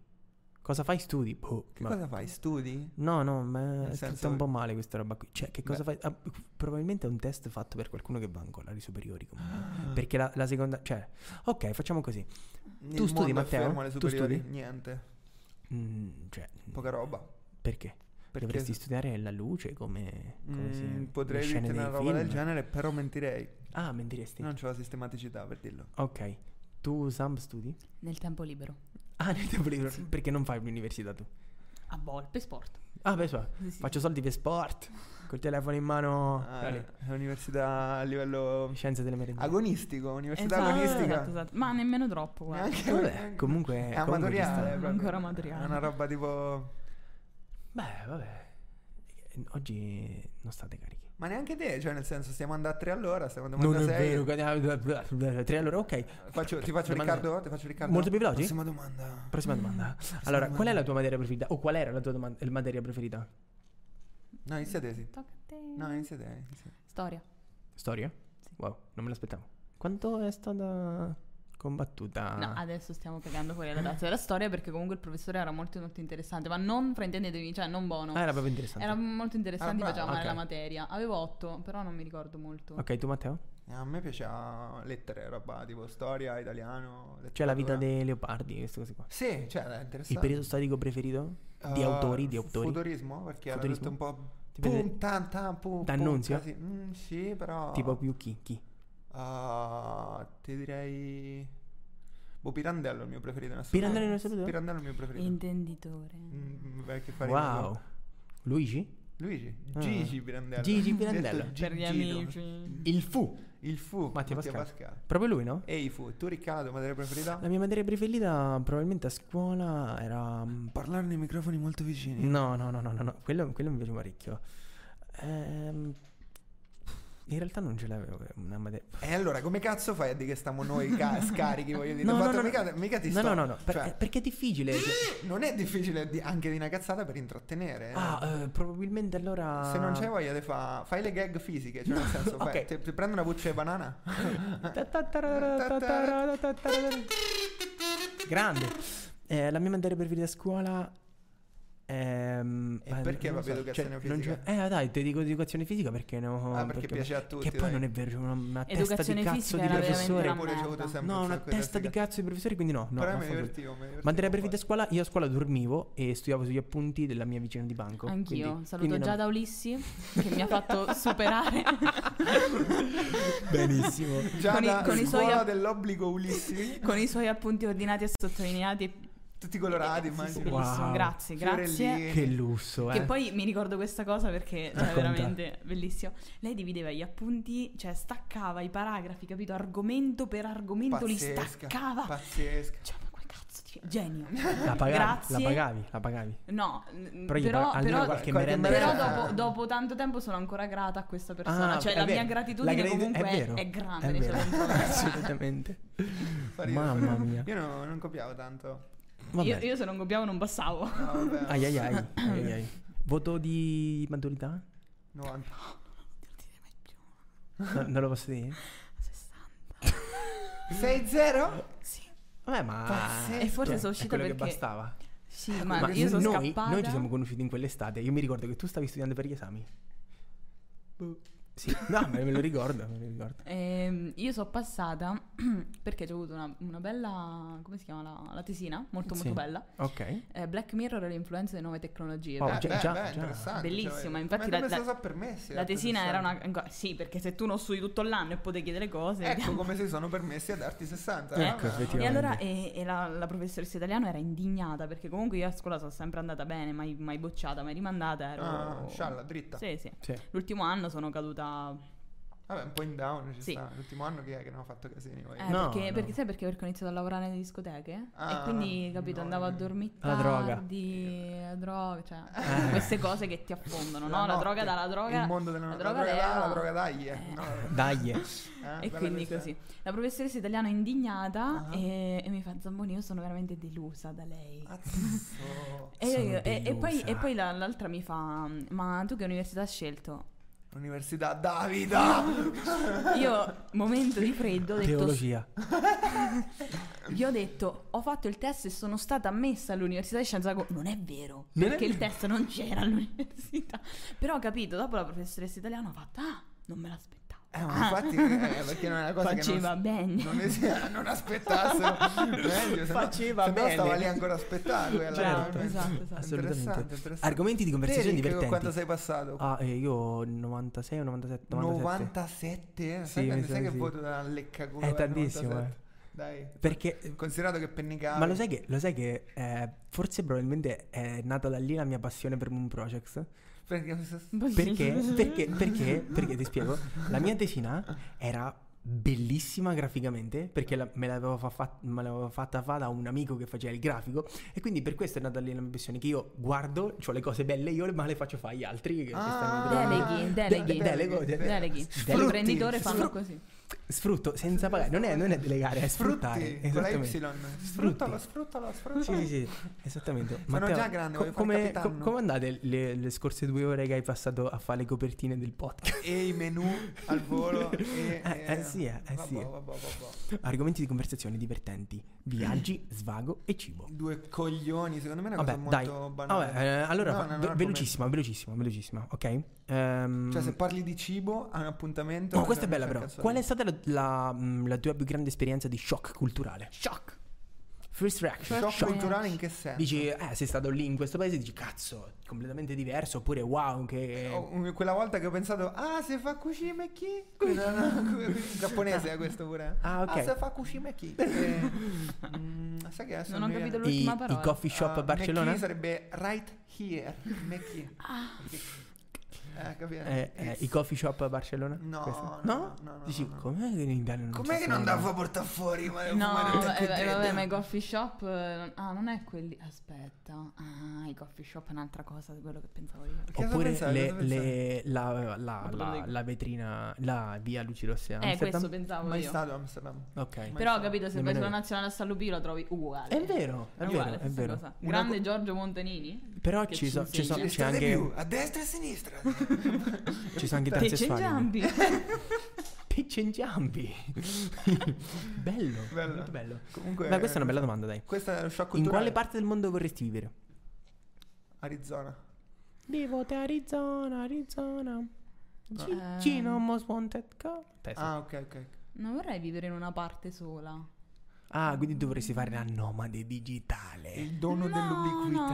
Speaker 1: Cosa fai, studi? Boh,
Speaker 3: Che
Speaker 1: ma-
Speaker 3: cosa fai? Studi?
Speaker 1: No, no, ma
Speaker 3: Nel
Speaker 1: è
Speaker 3: senso
Speaker 1: tutta un
Speaker 3: che-
Speaker 1: po' male questa roba qui. Cioè, che cosa fai? Ah, probabilmente è un test fatto per qualcuno che va ancora alle superiori.
Speaker 3: Ah.
Speaker 1: Comunque. Perché la, la seconda. Cioè, ok, facciamo così.
Speaker 3: Il
Speaker 1: Tu studi,
Speaker 3: mondo è
Speaker 1: Matteo?
Speaker 3: fermo alle
Speaker 1: Tu
Speaker 3: superiori?
Speaker 1: studi?
Speaker 3: Niente.
Speaker 1: Mm, cioè,
Speaker 3: Poca roba.
Speaker 1: perché?
Speaker 3: Perché
Speaker 1: Dovresti studiare la luce come. come
Speaker 3: Mm,
Speaker 1: si- le
Speaker 3: potrei
Speaker 1: scene
Speaker 3: dirti una
Speaker 1: dei
Speaker 3: roba del
Speaker 1: film.
Speaker 3: genere, però mentirei.
Speaker 1: Ah, mentiresti.
Speaker 3: Non c'ho la sistematicità per dirlo.
Speaker 1: Ok. Tu, Sam, studi?
Speaker 2: Nel tempo libero.
Speaker 1: Ah, nel tempo libero. Perché non fai l'università tu?
Speaker 2: A volte sport.
Speaker 1: Ah, beh, so,
Speaker 2: Sì, sì.
Speaker 1: faccio soldi per sport. Col telefono in mano.
Speaker 3: Ah,
Speaker 1: Oh, Dai,
Speaker 3: è un'università a livello
Speaker 1: Scienze delle merendine.
Speaker 3: agonistico, università
Speaker 2: Esatto,
Speaker 3: agonistica.
Speaker 2: esatto, esatto. Ma nemmeno troppo, guarda.
Speaker 3: Neanche-
Speaker 1: Eh, Vabbè, comunque.
Speaker 3: È
Speaker 1: Eh, comunque ci sta.
Speaker 3: amatoriale,
Speaker 2: sta.
Speaker 3: proprio.
Speaker 2: Ancora amatoriale.
Speaker 3: È una roba tipo
Speaker 1: Beh, vabbè. Eh, Oggi non state carichi.
Speaker 3: Ma neanche te, cioè nel senso stiamo andando a 3 all'ora, stiamo andando
Speaker 1: Non
Speaker 3: a
Speaker 1: è
Speaker 3: 6.
Speaker 1: vero. guarda- Tre allora, ok.
Speaker 3: Faccio, ti faccio
Speaker 1: Domanda-
Speaker 3: Riccardo, ti faccio Riccardo.
Speaker 1: Molto più veloci?
Speaker 3: Prossima domanda.
Speaker 1: Prossima domanda. Allora, qual è
Speaker 3: domanda.
Speaker 1: la tua materia preferita? O qual era la tua doman- materia preferita?
Speaker 3: No, inizia te, sì.
Speaker 2: Tocca a te.
Speaker 3: No, inizia te. inizia.
Speaker 2: Storia.
Speaker 1: Storia? Wow, non me l'aspettavo. Quanto è stata combattuta?
Speaker 2: No, adesso stiamo cagando fuori la data della storia perché comunque il professore era molto molto interessante, ma non fraintendetevi, cioè non buono.
Speaker 1: Ah, era proprio interessante.
Speaker 2: Era molto interessante,
Speaker 3: Ah,
Speaker 2: faceva
Speaker 3: bravo.
Speaker 2: male
Speaker 1: Ok.
Speaker 2: la materia. Avevo 8, però non mi ricordo molto.
Speaker 1: Ok, tu Matteo?
Speaker 3: Eh, A me piaceva lettere, roba tipo storia, italiano.
Speaker 1: Cioè la vita
Speaker 3: letteratura.
Speaker 1: dei leopardi, queste cose qua.
Speaker 3: Sì, cioè, era
Speaker 1: Il
Speaker 3: interessante.
Speaker 1: periodo storico preferito? Di
Speaker 3: Eh,
Speaker 1: autori, di autori.
Speaker 3: Futurismo, perché era tutto
Speaker 1: Futurismo?
Speaker 3: un po'...
Speaker 1: Ti
Speaker 3: pum,
Speaker 1: piace-
Speaker 3: tan, tan, pum,
Speaker 1: D'Annunzio?
Speaker 3: pum, così. Mm, sì, però...
Speaker 1: Tipo più chi? Chi?
Speaker 3: Ah, ti direi... Boh, Pirandello è il mio preferito in assoluto.
Speaker 1: Pirandello non lo sapevo?
Speaker 3: Pirandello è il mio preferito.
Speaker 2: Intenditore.
Speaker 3: Mm, vecchio farina.
Speaker 1: Wow. Luigi?
Speaker 3: Luigi?
Speaker 1: Ah.
Speaker 3: Gigi Pirandello.
Speaker 1: Gigi
Speaker 3: Detto
Speaker 1: Pirandello.
Speaker 2: Per gli
Speaker 3: Gigino.
Speaker 2: amici.
Speaker 1: Il fu. Eh.
Speaker 3: Il fu.
Speaker 1: Mattia
Speaker 3: Mattia
Speaker 1: Pascal.
Speaker 3: Pascal.
Speaker 1: Proprio lui, no?
Speaker 3: Ehi fu, tu Riccardo, la tua materia preferita?
Speaker 1: La mia materia preferita probabilmente a scuola era... No,
Speaker 3: Parlare nei microfoni molto vicini.
Speaker 1: no, no, no, no, no. Quello, quello mi piace parecchio. Ehm, In realtà non ce l'avevo una materia...
Speaker 3: E allora, come cazzo fai a dire che stiamo noi ca-
Speaker 1: <laughs>
Speaker 3: scarichi, voglio dire? Ho fatto mica, mica ti
Speaker 1: no,
Speaker 3: sto-
Speaker 1: no, no, no, per-
Speaker 3: cioè, Eh.
Speaker 1: eh, perché è difficile. cioè-
Speaker 3: Non è difficile di- anche di una cazzata per intrattenere. eh.
Speaker 1: Ah, eh, probabilmente allora...
Speaker 3: Se non c'hai voglia di fa... fai le gag fisiche, cioè nel senso, fai-
Speaker 1: ok.
Speaker 3: ti, ti prendo una buccia di banana.
Speaker 1: Grande. Eh, la mia materia preferita a scuola. ehm,
Speaker 3: E
Speaker 1: ma
Speaker 3: perché
Speaker 1: non lo
Speaker 3: proprio educazione
Speaker 1: non
Speaker 3: fisica?
Speaker 1: c'è- eh dai, ti dico educazione fisica perché no.
Speaker 3: Ah, perché piace a tutti,
Speaker 1: Che poi
Speaker 3: dai.
Speaker 1: non è vero, c'è una, una testa di
Speaker 2: Educazione
Speaker 1: cazzo
Speaker 2: fisica
Speaker 1: di
Speaker 2: era veramente
Speaker 1: professore.
Speaker 2: una
Speaker 3: Oppure ci ho avuto
Speaker 2: merda.
Speaker 3: sempre
Speaker 1: No,
Speaker 3: un
Speaker 1: una
Speaker 3: sacco di
Speaker 1: testa di
Speaker 3: teste
Speaker 1: cazzo di professori, quindi no. no
Speaker 3: Però mi
Speaker 1: vaffanculo.
Speaker 3: divertivo, mi divertivo
Speaker 1: Materia
Speaker 3: un eh.
Speaker 1: preferita a scuola, io a scuola dormivo e studiavo sugli appunti della mia vicina di banco.
Speaker 2: Anch'io.
Speaker 1: quindi-
Speaker 2: Saluto
Speaker 1: quindi non-
Speaker 2: Giada Ulissi che mi
Speaker 1: <laughs>
Speaker 2: ha fatto superare.
Speaker 1: Benissimo.
Speaker 2: <laughs>
Speaker 3: Già
Speaker 2: Con i-
Speaker 3: da
Speaker 2: con i suoi
Speaker 3: scuola
Speaker 2: app-
Speaker 3: dell'obbligo Ulissi,
Speaker 2: con i suoi appunti ordinati e sottolineati.
Speaker 3: tutti colorati, immagino.
Speaker 2: Bellissimo,
Speaker 1: Wow.
Speaker 2: grazie, grazie.
Speaker 3: Fiorellini.
Speaker 1: Che lusso, eh.
Speaker 2: Che poi mi ricordo questa cosa perché cioè,
Speaker 1: Racconta.
Speaker 2: veramente bellissimo. Lei divideva gli appunti, cioè staccava i paragrafi, capito? Argomento per argomento li
Speaker 3: Pazzesca,
Speaker 2: staccava.
Speaker 3: Pazzesca.
Speaker 2: cioè, ma come cazzo di genio?
Speaker 1: La pagavi,
Speaker 2: Grazie.
Speaker 1: la pagavi, la pagavi.
Speaker 2: No, n-
Speaker 1: Però gli
Speaker 2: però,
Speaker 1: pa- almeno
Speaker 2: però-
Speaker 1: qualche
Speaker 3: qualche
Speaker 1: merenda.
Speaker 2: però
Speaker 3: merenda.
Speaker 2: dopo, dopo tanto tempo sono ancora grata a questa persona.
Speaker 1: eh. Ah,
Speaker 2: cioè,
Speaker 1: è
Speaker 2: la
Speaker 1: vero.
Speaker 2: mia gratitudine
Speaker 1: La gratitu-
Speaker 2: comunque è,
Speaker 1: vero,
Speaker 2: è grande. cioè,
Speaker 1: è
Speaker 2: nei suoi
Speaker 1: vero. <laughs>
Speaker 2: confronti.
Speaker 1: Assolutamente.
Speaker 3: Fa ridere,
Speaker 1: Mamma
Speaker 3: <laughs> però
Speaker 1: mia.
Speaker 3: Io no- non copiavo tanto.
Speaker 1: Vabbè.
Speaker 2: Io, io se non copiavo non passavo. <laughs>
Speaker 3: No, vabbè.
Speaker 1: Ai ai ai, ai
Speaker 2: <coughs>
Speaker 1: ai. Voto di maturità?
Speaker 3: 90.
Speaker 1: No, non lo posso dire? Oh,
Speaker 3: 6-0?
Speaker 2: Sì.
Speaker 1: Vabbè, ma
Speaker 3: Pazzesco.
Speaker 2: E forse
Speaker 1: Cioè,
Speaker 2: sono
Speaker 1: è
Speaker 2: uscita
Speaker 1: quello
Speaker 2: perché-
Speaker 1: che bastava.
Speaker 2: Sì, ma,
Speaker 1: Ma
Speaker 2: io sono
Speaker 1: noi,
Speaker 2: scappata.
Speaker 1: noi ci siamo conosciuti in quell'estate. Io mi ricordo che tu stavi studiando per gli esami.
Speaker 2: Boh.
Speaker 1: Sì, no, me me lo ricordo, me lo ricordo.
Speaker 2: Ehm, io sono passata <clears throat> perché ho avuto una, una bella, come si chiama, la, la tesina, molto
Speaker 1: Sì.
Speaker 2: molto bella.
Speaker 1: Ok.
Speaker 2: Eh, Black Mirror e l'influenza delle nuove tecnologie.
Speaker 1: Oh,
Speaker 2: Beh,
Speaker 3: Eh,
Speaker 1: già-
Speaker 3: beh,
Speaker 1: già-
Speaker 3: beh,
Speaker 1: già.
Speaker 3: interessante.
Speaker 2: Bellissima,
Speaker 3: cioè,
Speaker 2: infatti
Speaker 3: Ma
Speaker 2: la-
Speaker 3: come
Speaker 2: la-
Speaker 3: se sono permessi?
Speaker 2: la
Speaker 3: a
Speaker 2: tesina era
Speaker 3: 60?
Speaker 2: una... go- Sì, perché se tu non studi tutto l'anno e potevi chiedere cose...
Speaker 3: Ecco come si sono permessi a darti 60.
Speaker 1: Ecco,
Speaker 3: vabbè.
Speaker 1: effettivamente.
Speaker 2: E allora e- e la, la professoressa italiana era indignata perché comunque io a scuola sono sempre andata bene, mai, mai bocciata, mai rimandata. Ero...
Speaker 3: Ah, scialla, dritta.
Speaker 2: Sì, sì.
Speaker 1: Sì.
Speaker 2: L'ultimo anno sono caduta
Speaker 3: Vabbè, un po' in down ci
Speaker 2: Sì.
Speaker 3: sta. L'ultimo anno che è che non ha fatto casini. voi?
Speaker 2: Eh,
Speaker 1: No,
Speaker 2: perché,
Speaker 1: no.
Speaker 2: perché sai perché? Perché ho iniziato a lavorare nelle discoteche
Speaker 3: Ah,
Speaker 2: e quindi, capito,
Speaker 3: no, eh.
Speaker 2: andavo a
Speaker 3: io-
Speaker 2: dormire
Speaker 1: La droga. Eh.
Speaker 2: tardi, la droga, cioè queste cose che ti affondano, no? La
Speaker 3: notte,
Speaker 2: droga dalla droga,
Speaker 3: Il mondo della
Speaker 2: la
Speaker 3: la
Speaker 2: droga
Speaker 3: droga là,
Speaker 2: leva.
Speaker 3: la droga dai. eh. No,
Speaker 1: Dai.
Speaker 3: eh,
Speaker 2: e
Speaker 3: bella
Speaker 2: quindi
Speaker 3: questa,
Speaker 2: così.
Speaker 3: eh.
Speaker 2: La professoressa italiana è indignata
Speaker 3: Ah.
Speaker 2: e, e mi fa Zamboni, io sono veramente delusa da lei.
Speaker 3: Azzo.
Speaker 2: E, io-
Speaker 1: Sono
Speaker 2: Eh, e- e poi,
Speaker 1: delusa.
Speaker 2: e poi la- l'altra mi fa, "Mm, ma tu che università hai scelto?
Speaker 3: Università Davida.
Speaker 2: Io, momento di freddo, ho detto
Speaker 1: Teologia.
Speaker 2: Gli ho detto, ho fatto il test e sono stata ammessa all'università di Scienza Co- Non è vero,
Speaker 1: Non è
Speaker 2: perché il
Speaker 1: vero.
Speaker 2: test non c'era all'università. Però ho capito, dopo la professoressa italiana ha fatto, ah, non me l'aspettavo.
Speaker 3: Eh, ma infatti, eh, perché non è una cosa
Speaker 2: Ah. Faceva
Speaker 3: che non,
Speaker 2: bene.
Speaker 3: non, es- non aspettassero meglio, se no-
Speaker 1: Faceva
Speaker 3: se no
Speaker 1: bene.
Speaker 3: stava lì ancora a aspettare quella,
Speaker 1: Certo.
Speaker 3: no?
Speaker 2: Esatto, esatto.
Speaker 3: Interessante,
Speaker 1: Assolutamente.
Speaker 3: interessante.
Speaker 1: Argomenti di conversazione
Speaker 3: Te, Rick,
Speaker 1: divertenti.
Speaker 3: quanto sei passato?
Speaker 1: Ah, eh, io 96 o 97, 97.
Speaker 3: 97?
Speaker 1: Sì,
Speaker 3: sai
Speaker 1: mi
Speaker 3: quando-
Speaker 1: sa
Speaker 3: sai
Speaker 1: di
Speaker 3: che
Speaker 1: sì.
Speaker 3: voto da lecca come
Speaker 1: È tantissimo, eh.
Speaker 3: Dai.
Speaker 1: Perché
Speaker 3: Considerato che Pennegal.
Speaker 1: Ma lo sai che, lo sai che eh, forse probabilmente è nata da lì la mia passione per Moon Projects?
Speaker 3: <laughs>
Speaker 1: Perché? perché? Perché? Perché ti spiego. La mia tesina era bellissima graficamente perché la- me, l'avevo fa- fa- me l'aveva fatta fa da un amico che faceva il grafico e quindi per questo è nata lì la mia passione che io guardo, ho le cose belle io ma le faccio fare agli altri che, che
Speaker 3: Ah.
Speaker 1: stanno
Speaker 3: Eh,
Speaker 1: dietro.
Speaker 2: Deleghi, deleghi.
Speaker 1: De- delego, de-
Speaker 2: Deleghi.
Speaker 1: Sfrutti.
Speaker 2: Gli imprenditori
Speaker 1: Sfru-
Speaker 2: fanno così.
Speaker 1: sfrutto senza pagare non è, non è delegare è sfruttare
Speaker 3: Sfrutti con la Y.
Speaker 1: esattamente.
Speaker 3: Sfruttalo, sfruttalo, sfruttalo.
Speaker 1: Sì, sì, sì, esattamente. Sono
Speaker 3: già grande, voglio fare
Speaker 1: come,
Speaker 3: capitano.
Speaker 1: come andate le, le scorse due ore che hai passato a fare le copertine del podcast?
Speaker 3: E i menu al volo. E,
Speaker 1: <laughs> Eh, eh, sì, eh, eh,
Speaker 3: vabbò,
Speaker 1: sì.
Speaker 3: vabbò, vabbò.
Speaker 1: Argomenti di conversazione divertenti, viaggi, svago e cibo.
Speaker 3: Due coglioni, secondo me è una
Speaker 1: Vabbè,
Speaker 3: cosa
Speaker 1: dai.
Speaker 3: molto banale.
Speaker 1: Vabbè, eh, allora,
Speaker 3: No,
Speaker 1: fa-
Speaker 3: no, no,
Speaker 1: ve-
Speaker 3: argomento.
Speaker 1: velocissima, velocissima, velocissima, ok? Ehm,
Speaker 3: Cioè, se parli di cibo, hai un appuntamento.
Speaker 1: oh, questa è
Speaker 3: non
Speaker 1: bella
Speaker 3: c'è
Speaker 1: però.
Speaker 3: cazzo eh. da
Speaker 1: Qual è
Speaker 3: dire.
Speaker 1: stata la, la- mh, la tua più grande esperienza di shock culturale?
Speaker 2: Shock.
Speaker 1: First reaction,
Speaker 3: Shock
Speaker 1: shock.
Speaker 3: culturale in che senso?
Speaker 1: Dici, eh, sei stato lì in questo paese, dici, cazzo, completamente diverso, oppure wow, che...
Speaker 3: Oh, um, quella volta che ho pensato, ah, se fa Kushimeki? Quella- no, que- in giapponese è questo pure. eh.
Speaker 1: Ah, ok.
Speaker 3: se
Speaker 1: <laughs>
Speaker 3: fa Kushimeki. Eh, mm, sai che adesso
Speaker 2: Non ho
Speaker 3: mi viene-
Speaker 2: capito
Speaker 1: I,
Speaker 2: l'ultima
Speaker 1: i
Speaker 2: parola.
Speaker 1: coffee shop a
Speaker 3: Ah,
Speaker 1: Barcellona?
Speaker 3: Meki sarebbe right here. Meki.
Speaker 2: Ah.
Speaker 3: Eh, capito?
Speaker 1: Eh, eh, I coffee shop a Barcellona?
Speaker 3: No,
Speaker 1: Questo?
Speaker 3: no,
Speaker 1: no?
Speaker 3: no, no,
Speaker 1: Dici,
Speaker 3: no, no.
Speaker 1: com'è che in Italia non
Speaker 3: Com'è
Speaker 1: c'è
Speaker 3: che non
Speaker 1: stato?
Speaker 3: andavo a portare fuori? Ma devo
Speaker 2: No,
Speaker 3: fumare un
Speaker 2: eh,
Speaker 3: tacco
Speaker 2: eh,
Speaker 3: dentro.
Speaker 2: vabbè, ma i coffee shop. eh, Ah, non è quelli. Aspetta. Ah, i coffee shop è un'altra cosa di quello che pensavo
Speaker 1: Eh,
Speaker 2: io. Eh,
Speaker 3: Che cosa
Speaker 1: Oppure
Speaker 3: pensavi?
Speaker 1: le-
Speaker 3: Cosa pensavi?
Speaker 1: le- la, la- la-
Speaker 2: dico.
Speaker 1: la vetrina, la via Luci Rosse a
Speaker 2: Eh, questo
Speaker 1: Amsterdam?
Speaker 2: pensavo
Speaker 3: Mai
Speaker 2: io.
Speaker 3: stato a Amsterdam.
Speaker 1: Ok.
Speaker 2: Però ho capito, se vai
Speaker 1: Nemmeno
Speaker 2: sulla
Speaker 1: io.
Speaker 2: nazionale a San Lupì lo trovi uguale.
Speaker 1: È vero, è vero,
Speaker 2: uguale,
Speaker 1: è
Speaker 2: stessa
Speaker 1: vero.
Speaker 2: cosa.
Speaker 1: Una
Speaker 2: Grande
Speaker 1: co-
Speaker 2: Giorgio Montenini.
Speaker 1: Però
Speaker 2: che
Speaker 1: ci,
Speaker 2: ci
Speaker 1: so- ci so-
Speaker 2: insegna.
Speaker 1: c'è,
Speaker 3: State più,
Speaker 1: anche,
Speaker 3: a destra e a sinistra.
Speaker 1: <laughs> ci sono anche
Speaker 2: Te c'è
Speaker 1: transessuali.
Speaker 2: Giambi. <laughs>
Speaker 1: Pitch and jumpy. <laughs> bello,
Speaker 3: Bello.
Speaker 1: molto bello.
Speaker 3: Comunque,
Speaker 1: Ma questa è una bella domanda, dai.
Speaker 3: Questa è lo shock
Speaker 1: In
Speaker 3: culturale.
Speaker 1: quale parte del mondo vorresti vivere?
Speaker 3: Arizona.
Speaker 1: Devo te Arizona, Arizona.
Speaker 2: Ehm.
Speaker 1: Gino most wanted go.
Speaker 3: Ah, ok, ok.
Speaker 2: Non vorrei vivere in una parte sola.
Speaker 1: Ah, quindi dovresti fare la nomade digitale.
Speaker 3: Il dono
Speaker 2: no,
Speaker 3: dell'ubiquità.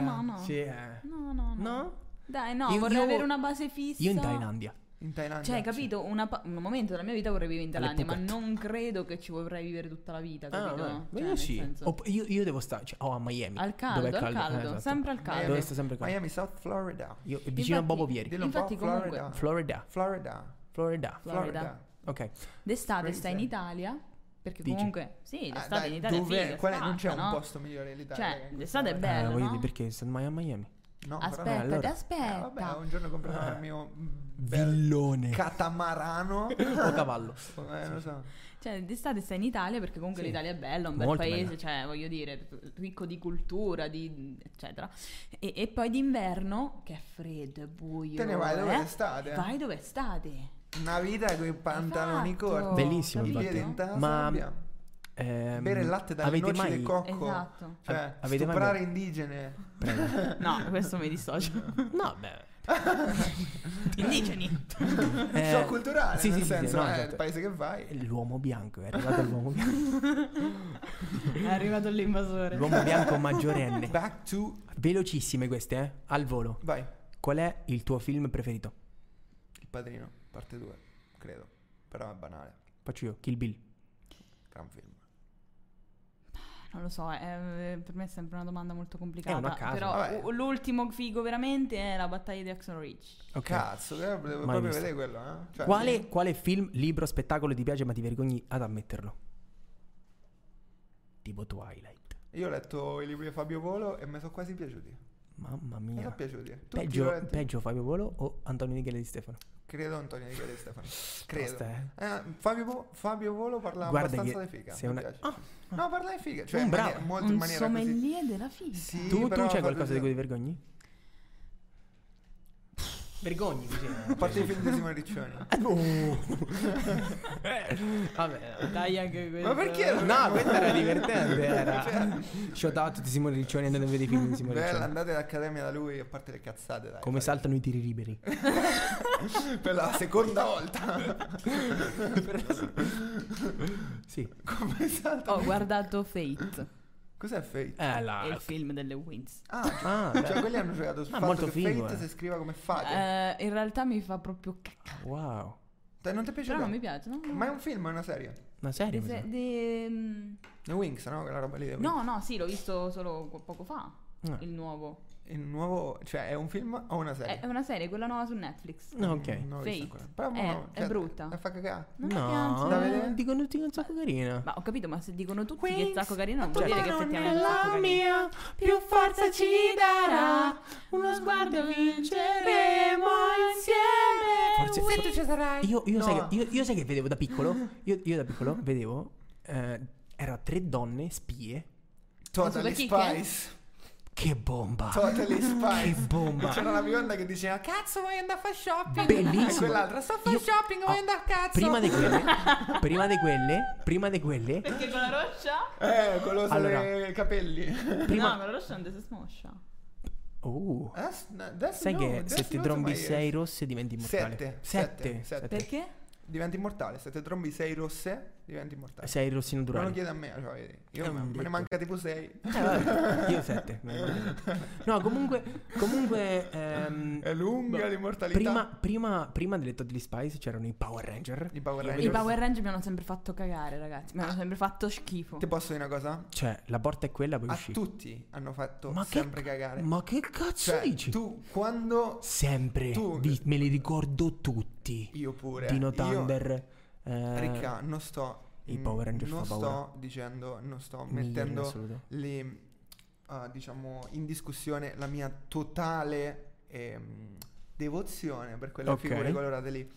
Speaker 2: No, no, no.
Speaker 1: Sì, eh.
Speaker 2: No, no, no.
Speaker 1: No?
Speaker 2: Dai, no,
Speaker 1: Io-
Speaker 2: vorrei
Speaker 1: io-
Speaker 2: avere una base fissa.
Speaker 1: Io in Thailandia.
Speaker 3: In Thailandia.
Speaker 2: Cioè, hai capito? Una pa- un momento della mia vita vorrei vivere in
Speaker 1: Alle
Speaker 2: Thailandia, ma
Speaker 1: Phuket.
Speaker 2: non credo che ci vorrei vivere tutta la vita,
Speaker 1: Ah,
Speaker 2: capito?
Speaker 1: vabbè. Ma
Speaker 2: Cioè,
Speaker 1: io
Speaker 2: nel
Speaker 1: sì.
Speaker 2: senso-
Speaker 1: Opp- io, io devo stare cioè, oh, a Miami.
Speaker 2: Al caldo,
Speaker 1: dove è
Speaker 2: al
Speaker 1: caldo,
Speaker 2: caldo,
Speaker 1: eh, esatto.
Speaker 2: sempre al caldo.
Speaker 1: Dove sta sempre caldo.
Speaker 3: Miami, South Florida.
Speaker 1: Io, vicino a Bobo Vieri.
Speaker 3: Dillo un
Speaker 2: Infatti,
Speaker 3: po', Florida.
Speaker 2: comunque-
Speaker 1: Florida.
Speaker 3: Florida.
Speaker 1: Florida.
Speaker 2: Florida.
Speaker 1: Ok.
Speaker 2: D'estate
Speaker 3: Crazy.
Speaker 2: stai in Italia, perché
Speaker 1: Dici?
Speaker 2: comunque... Sì,
Speaker 3: Ah,
Speaker 2: d'estate
Speaker 3: dai,
Speaker 2: in Italia
Speaker 3: dov'è?
Speaker 2: è figa,
Speaker 3: Qual è? Non c'è
Speaker 2: spacca,
Speaker 3: un
Speaker 2: no?
Speaker 3: posto migliore dell'Italia.
Speaker 2: Cioè,
Speaker 3: che in
Speaker 2: d'estate è
Speaker 3: questo
Speaker 1: Eh,
Speaker 2: bello,
Speaker 1: voglio
Speaker 2: no?
Speaker 1: dire perché sono mai a Miami.
Speaker 3: momento. No, però-
Speaker 2: Aspetta,
Speaker 1: allora.
Speaker 3: Eh,
Speaker 2: aspetta.
Speaker 3: vabbè, un giorno comprerò il mio bel
Speaker 1: Villone.
Speaker 2: <laughs>
Speaker 3: catamarano.
Speaker 1: <laughs> o cavallo.
Speaker 3: Eh, lo so.
Speaker 2: Cioè, d'estate stai in Italia perché comunque
Speaker 1: Sì.
Speaker 2: l'Italia è bella, un bel
Speaker 1: Molto
Speaker 2: paese,
Speaker 1: bella.
Speaker 2: cioè, voglio dire, ricco di cultura, di eccetera. E, e poi d'inverno, che è freddo, è buio.
Speaker 3: Te ne vai dove
Speaker 2: eh,
Speaker 3: state?
Speaker 2: Vai dove state.
Speaker 3: Una vita con i pantaloni
Speaker 2: Esatto.
Speaker 3: corti.
Speaker 1: Bellissimo,
Speaker 3: I
Speaker 1: infatti.
Speaker 3: piedi in
Speaker 2: capito?
Speaker 3: tasca,
Speaker 1: Ma-
Speaker 3: sabbia.
Speaker 1: Ehm,
Speaker 3: Bere il latte dalle
Speaker 1: avete
Speaker 3: noci
Speaker 1: mai...
Speaker 3: del cocco.
Speaker 2: Esatto.
Speaker 3: Cioè,
Speaker 1: A- avete mai-
Speaker 3: stuprare indigene.
Speaker 1: <laughs> Prego.
Speaker 2: <laughs> No, questo mi
Speaker 3: <laughs>
Speaker 2: dissocio.
Speaker 1: No, beh.
Speaker 2: Indigeni.
Speaker 1: eh,
Speaker 3: Shock culturale,
Speaker 1: sì,
Speaker 3: nel
Speaker 1: sì, sì,
Speaker 3: senso,
Speaker 1: no,
Speaker 3: eh,
Speaker 1: esatto.
Speaker 3: il paese che vai.
Speaker 1: L'uomo bianco, è arrivato l'uomo
Speaker 3: <laughs>
Speaker 1: bianco.
Speaker 2: È arrivato l'invasore.
Speaker 1: L'uomo bianco maggiorenne.
Speaker 3: <laughs> Back to...
Speaker 1: Velocissime queste, eh? Al volo.
Speaker 3: Vai.
Speaker 1: Qual è il tuo film preferito?
Speaker 3: Il padrino, parte 2, credo. Però è banale.
Speaker 1: Faccio io, Kill Bill.
Speaker 3: Gran film.
Speaker 2: Non lo so, è- eh, per me è sempre una domanda molto complicata.
Speaker 1: È una casa.
Speaker 2: Però
Speaker 3: Vabbè.
Speaker 2: u- l'ultimo figo veramente è la battaglia di Axon Reach.
Speaker 1: Ok.
Speaker 3: Cazzo, eh, volevo
Speaker 1: Mai
Speaker 3: proprio
Speaker 1: visto.
Speaker 3: vedere quello, eh? Cioè,
Speaker 1: Quale, quale film, libro, spettacolo ti piace ma ti vergogni ad ammetterlo? Tipo Twilight.
Speaker 3: Io ho letto i libri di Fabio Volo e mi sono quasi piaciuti.
Speaker 1: Mamma
Speaker 3: Mi
Speaker 1: mia.
Speaker 3: sono piaciuti. Tutti li ho
Speaker 1: Peggio,
Speaker 3: letti.
Speaker 1: peggio Fabio Volo o Antonio Michele di Stefano?
Speaker 3: Credo Antonio Di Chiede Stefano.
Speaker 1: Tosta,
Speaker 3: Credo.
Speaker 1: eh.
Speaker 3: Eh, Fabio, Vo- Fabio Volo parla
Speaker 1: Guarda
Speaker 3: abbastanza
Speaker 1: che
Speaker 3: di figa.
Speaker 1: sei
Speaker 3: mi
Speaker 1: una-
Speaker 3: piace.
Speaker 1: Ah,
Speaker 3: No, parla di figa. Cioè,
Speaker 1: Un
Speaker 3: in
Speaker 1: bravo.
Speaker 3: maniera- molto in
Speaker 2: Un
Speaker 3: maniera così.
Speaker 2: sommelier della figa.
Speaker 3: Sì,
Speaker 1: tu, tu
Speaker 3: però
Speaker 1: c'hai
Speaker 3: Fabio
Speaker 1: qualcosa di
Speaker 3: Volo-
Speaker 1: cui ti vergogni? Vergogni,
Speaker 3: A parte i
Speaker 1: <laughs>
Speaker 3: film di Simone Riccioni.
Speaker 1: Oh. Vabbè.
Speaker 2: Dai anche questo.
Speaker 3: Ma perché?
Speaker 1: No, questo era divertente. Era. Shout out a tutti Simone Riccioni andate a vedere i film di Simone
Speaker 3: Cioè, Bella,
Speaker 1: Riccioni.
Speaker 3: andate all'accademia da lui a parte le cazzate, dai.
Speaker 1: Come
Speaker 3: Fabio.
Speaker 1: saltano i tiri liberi.
Speaker 3: <laughs> Per la seconda volta.
Speaker 1: <laughs> Sì.
Speaker 3: Come salta?
Speaker 2: Ho guardato Fate,
Speaker 3: Cos'è Fate?
Speaker 1: Eh,
Speaker 2: è
Speaker 1: la...
Speaker 2: il film delle Wins.
Speaker 3: Ah,
Speaker 1: <laughs> Ah,
Speaker 3: cioè
Speaker 1: beh.
Speaker 3: quelli hanno giocato sul
Speaker 1: Ah,
Speaker 3: fatto
Speaker 1: molto
Speaker 3: che
Speaker 1: figo,
Speaker 3: Fate
Speaker 1: eh.
Speaker 3: si scriva come fate.
Speaker 2: Eh, in realtà mi fa proprio cacca.
Speaker 1: wow.
Speaker 3: Te- Cioè, non ti piace?
Speaker 2: Però non mi piace, no? no.
Speaker 3: Ma è un film, è una serie.
Speaker 1: Ma serio?
Speaker 2: De- se- de- mm,
Speaker 3: The Wings, no? Quella roba lì. The Wings.
Speaker 2: No, no, sì, l'ho visto solo co- poco fa.
Speaker 1: Ah.
Speaker 2: Il nuovo.
Speaker 3: Il nuovo, cioè, è un film o una
Speaker 2: È,
Speaker 3: serie?
Speaker 2: è una serie, quella nuova su Netflix.
Speaker 1: No, ok.
Speaker 3: Non l'ho vista
Speaker 2: Fake.
Speaker 3: ancora. Però,
Speaker 2: È-
Speaker 3: no,
Speaker 2: Eh, è brutta.
Speaker 3: La fa cagare.
Speaker 2: Non mi
Speaker 1: no,
Speaker 2: piace.
Speaker 3: Da vedere?
Speaker 1: dicono tutti che è un sacco carina.
Speaker 2: Ma ho capito, ma se dicono tutti che
Speaker 1: Wings,
Speaker 2: è Zacco Carino,
Speaker 1: Certo
Speaker 2: non vuol dire che effettivamente è Zacco Carino.
Speaker 1: mia, più forza ci darà. Uno sguardo vinceremo insieme. Forse,
Speaker 3: ci sarai.
Speaker 1: io, io, sai
Speaker 3: No.
Speaker 1: che, io, io sai che vedevo da <laughs> piccolo? Io, io da piccolo vedevo. eh, era tre donne spie.
Speaker 3: Totally
Speaker 2: chi- chi è?
Speaker 3: Spice.
Speaker 1: Che bomba!
Speaker 3: Totally
Speaker 1: Ah, Che
Speaker 3: Spice.
Speaker 1: bomba!
Speaker 3: C'era la bionda che diceva Cazzo vuoi andare a fare shopping?
Speaker 1: Bellissimo.
Speaker 3: E quell'altra sta a fare
Speaker 1: Io-
Speaker 3: shopping vuoi
Speaker 1: ah,
Speaker 3: andare a cazzo?
Speaker 1: Prima di <laughs> quelle, prima di quelle, prima di quelle,
Speaker 2: Perché con la roccia?
Speaker 3: Eh, con lo
Speaker 1: Allora.
Speaker 3: i capelli
Speaker 1: Prima-
Speaker 2: No, con la roccia non ti si smoscia.
Speaker 1: Oh,
Speaker 3: That's- that's
Speaker 1: sai
Speaker 3: Ah, no,
Speaker 1: che
Speaker 3: that's
Speaker 1: se ti
Speaker 3: not
Speaker 1: trombi
Speaker 3: my-
Speaker 1: 6 rosse diventi immortale.
Speaker 3: Sette, sette,
Speaker 1: 7.
Speaker 3: sette.
Speaker 2: Perché?
Speaker 3: Diventi immortale Se ti trombi 6 rosse Diventi immortale
Speaker 1: 6 rossi
Speaker 3: Non lo
Speaker 1: naturali.
Speaker 3: chiedi a me cioè, vedi,
Speaker 1: È
Speaker 3: Io
Speaker 1: un
Speaker 3: me me ne
Speaker 1: detto.
Speaker 3: manca tipo 6
Speaker 1: Eh, vabbè, io 7. No, comunque, comunque ehm,
Speaker 3: È lunga
Speaker 1: boh,
Speaker 3: l'immortalità
Speaker 1: prima, prima, prima delle Toddly Spice c'erano i Power Ranger.
Speaker 3: I Power
Speaker 1: Io
Speaker 3: Rangers
Speaker 2: I Power Ranger mi hanno sempre fatto cagare, ragazzi.
Speaker 3: Ah.
Speaker 2: Mi hanno sempre fatto schifo.
Speaker 3: Ti posso dire una cosa?
Speaker 1: Cioè, la porta è quella, poi
Speaker 3: A
Speaker 1: usci.
Speaker 3: tutti hanno fatto
Speaker 1: Ma che-
Speaker 3: sempre cagare
Speaker 1: Ma che cazzo
Speaker 3: Cioè
Speaker 1: dici?
Speaker 3: tu quando
Speaker 1: Sempre.
Speaker 3: Tu-
Speaker 1: vi- me li ricordo tutti.
Speaker 3: Io pure
Speaker 1: Dino
Speaker 3: Io-
Speaker 1: Thunder. eh,
Speaker 3: Ricca, non sto.
Speaker 1: i Power Rangers
Speaker 3: Non
Speaker 1: fa
Speaker 3: sto
Speaker 1: paura.
Speaker 3: dicendo, non sto
Speaker 1: migliori in
Speaker 3: mettendo
Speaker 1: assoluto.
Speaker 3: le, ah, diciamo, in discussione la mia totale ehm, devozione per quelle
Speaker 1: Ok.
Speaker 3: figure colorate lì.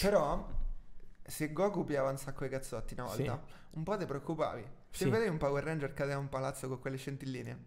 Speaker 3: Però, se Goku piava un sacco di cazzotti una
Speaker 1: Sì.
Speaker 3: volta, un po' ti preoccupavi. Se
Speaker 1: Sì.
Speaker 3: vedevi un Power Ranger cadere a un palazzo con quelle
Speaker 2: <laughs>
Speaker 3: scintilline,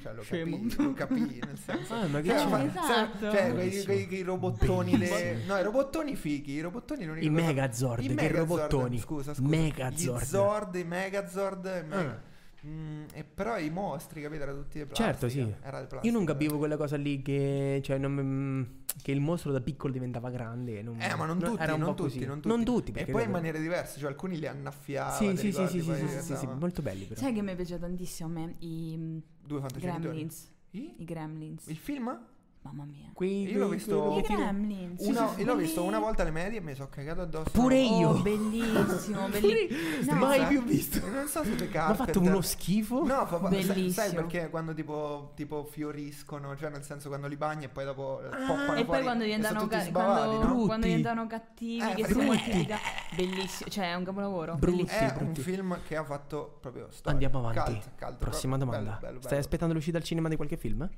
Speaker 3: cioè lo
Speaker 2: Scemo.
Speaker 3: capii, lo capii, nel senso.
Speaker 1: Ah, <laughs> ma che
Speaker 3: Cioè,
Speaker 1: c'è?
Speaker 3: ma-
Speaker 2: Esatto.
Speaker 3: cioè, quei,
Speaker 1: Bellissimo.
Speaker 3: quei- quei robottoni, le- no, i robottoni fighi, i robottoni non
Speaker 1: I Megazord, che robottoni.
Speaker 3: Scusa, scusa.
Speaker 1: Megazord.
Speaker 3: Gli Zord, i Megazord. i Mega-
Speaker 1: Ah.
Speaker 3: Mm, e però i mostri, capito, erano tutti di plastica.
Speaker 1: Certo, sì.
Speaker 3: Era di
Speaker 1: Io
Speaker 3: plastica.
Speaker 1: non capivo quella cosa lì che, cioè, non- mm, che il mostro da piccolo diventava grande. Non,
Speaker 3: Eh, ma non
Speaker 1: no,
Speaker 3: tutti,
Speaker 1: era un
Speaker 3: non
Speaker 1: po'
Speaker 3: tutti,
Speaker 1: così.
Speaker 3: non tutti. E
Speaker 1: perché
Speaker 3: poi in
Speaker 1: dopo-
Speaker 3: maniere diverse, cioè alcuni li annaffiavano.
Speaker 1: Sì,
Speaker 3: ti
Speaker 1: sì, sì,
Speaker 3: ricordi,
Speaker 1: sì, sì,
Speaker 3: poi
Speaker 1: sì, sì, sì, sì,
Speaker 3: diventava-
Speaker 1: molto belli però.
Speaker 2: Sai che mi piace tantissimo a me? I mm,
Speaker 3: Due fantascientori.
Speaker 2: Gremlins.
Speaker 3: I-
Speaker 2: I Gremlins.
Speaker 3: Il film?
Speaker 2: Mamma mia.
Speaker 1: Quei-
Speaker 3: Io l'ho
Speaker 1: quei-
Speaker 3: visto-
Speaker 1: quei
Speaker 2: I
Speaker 1: robottini-
Speaker 2: Gremlins.
Speaker 3: Una-
Speaker 2: Sì, sì, sì.
Speaker 3: io l'ho visto una volta alle medie e mi sono cagato addosso.
Speaker 1: Pure
Speaker 3: No,
Speaker 1: io. <laughs>
Speaker 2: Oh, bellissimo, bellissimo. No,
Speaker 1: Mai
Speaker 3: sai-
Speaker 1: più visto.
Speaker 3: Oh, Non so
Speaker 1: <laughs>
Speaker 3: se te
Speaker 1: Ma ha
Speaker 3: carpenter
Speaker 1: fatto uno schifo.
Speaker 3: No, fa- fa- sai- sai
Speaker 2: Bellissimo.
Speaker 3: perché quando tipo, tipo fioriscono, cioè nel senso quando li bagni e poi dopo eh, poppano
Speaker 2: Ah, E poi
Speaker 3: fuori
Speaker 2: quando
Speaker 3: e
Speaker 2: diventano,
Speaker 3: sono tutti
Speaker 2: ca-
Speaker 3: sbavati,
Speaker 2: quando,
Speaker 3: no?
Speaker 1: Brutti.
Speaker 2: quando diventano cattivi,
Speaker 3: Eh,
Speaker 2: che
Speaker 3: fai
Speaker 2: si
Speaker 3: brutti.
Speaker 2: moltiplica. Bellissimo, cioè è un capolavoro.
Speaker 1: Brutti.
Speaker 2: bellissimo.
Speaker 3: È un
Speaker 1: brutti.
Speaker 3: film che ha fatto proprio storia.
Speaker 1: Andiamo avanti.
Speaker 3: Cult, cult,
Speaker 1: Prossima domanda.
Speaker 3: proprio bello, bello,
Speaker 1: Stai
Speaker 3: bello.
Speaker 1: aspettando l'uscita al cinema di qualche film?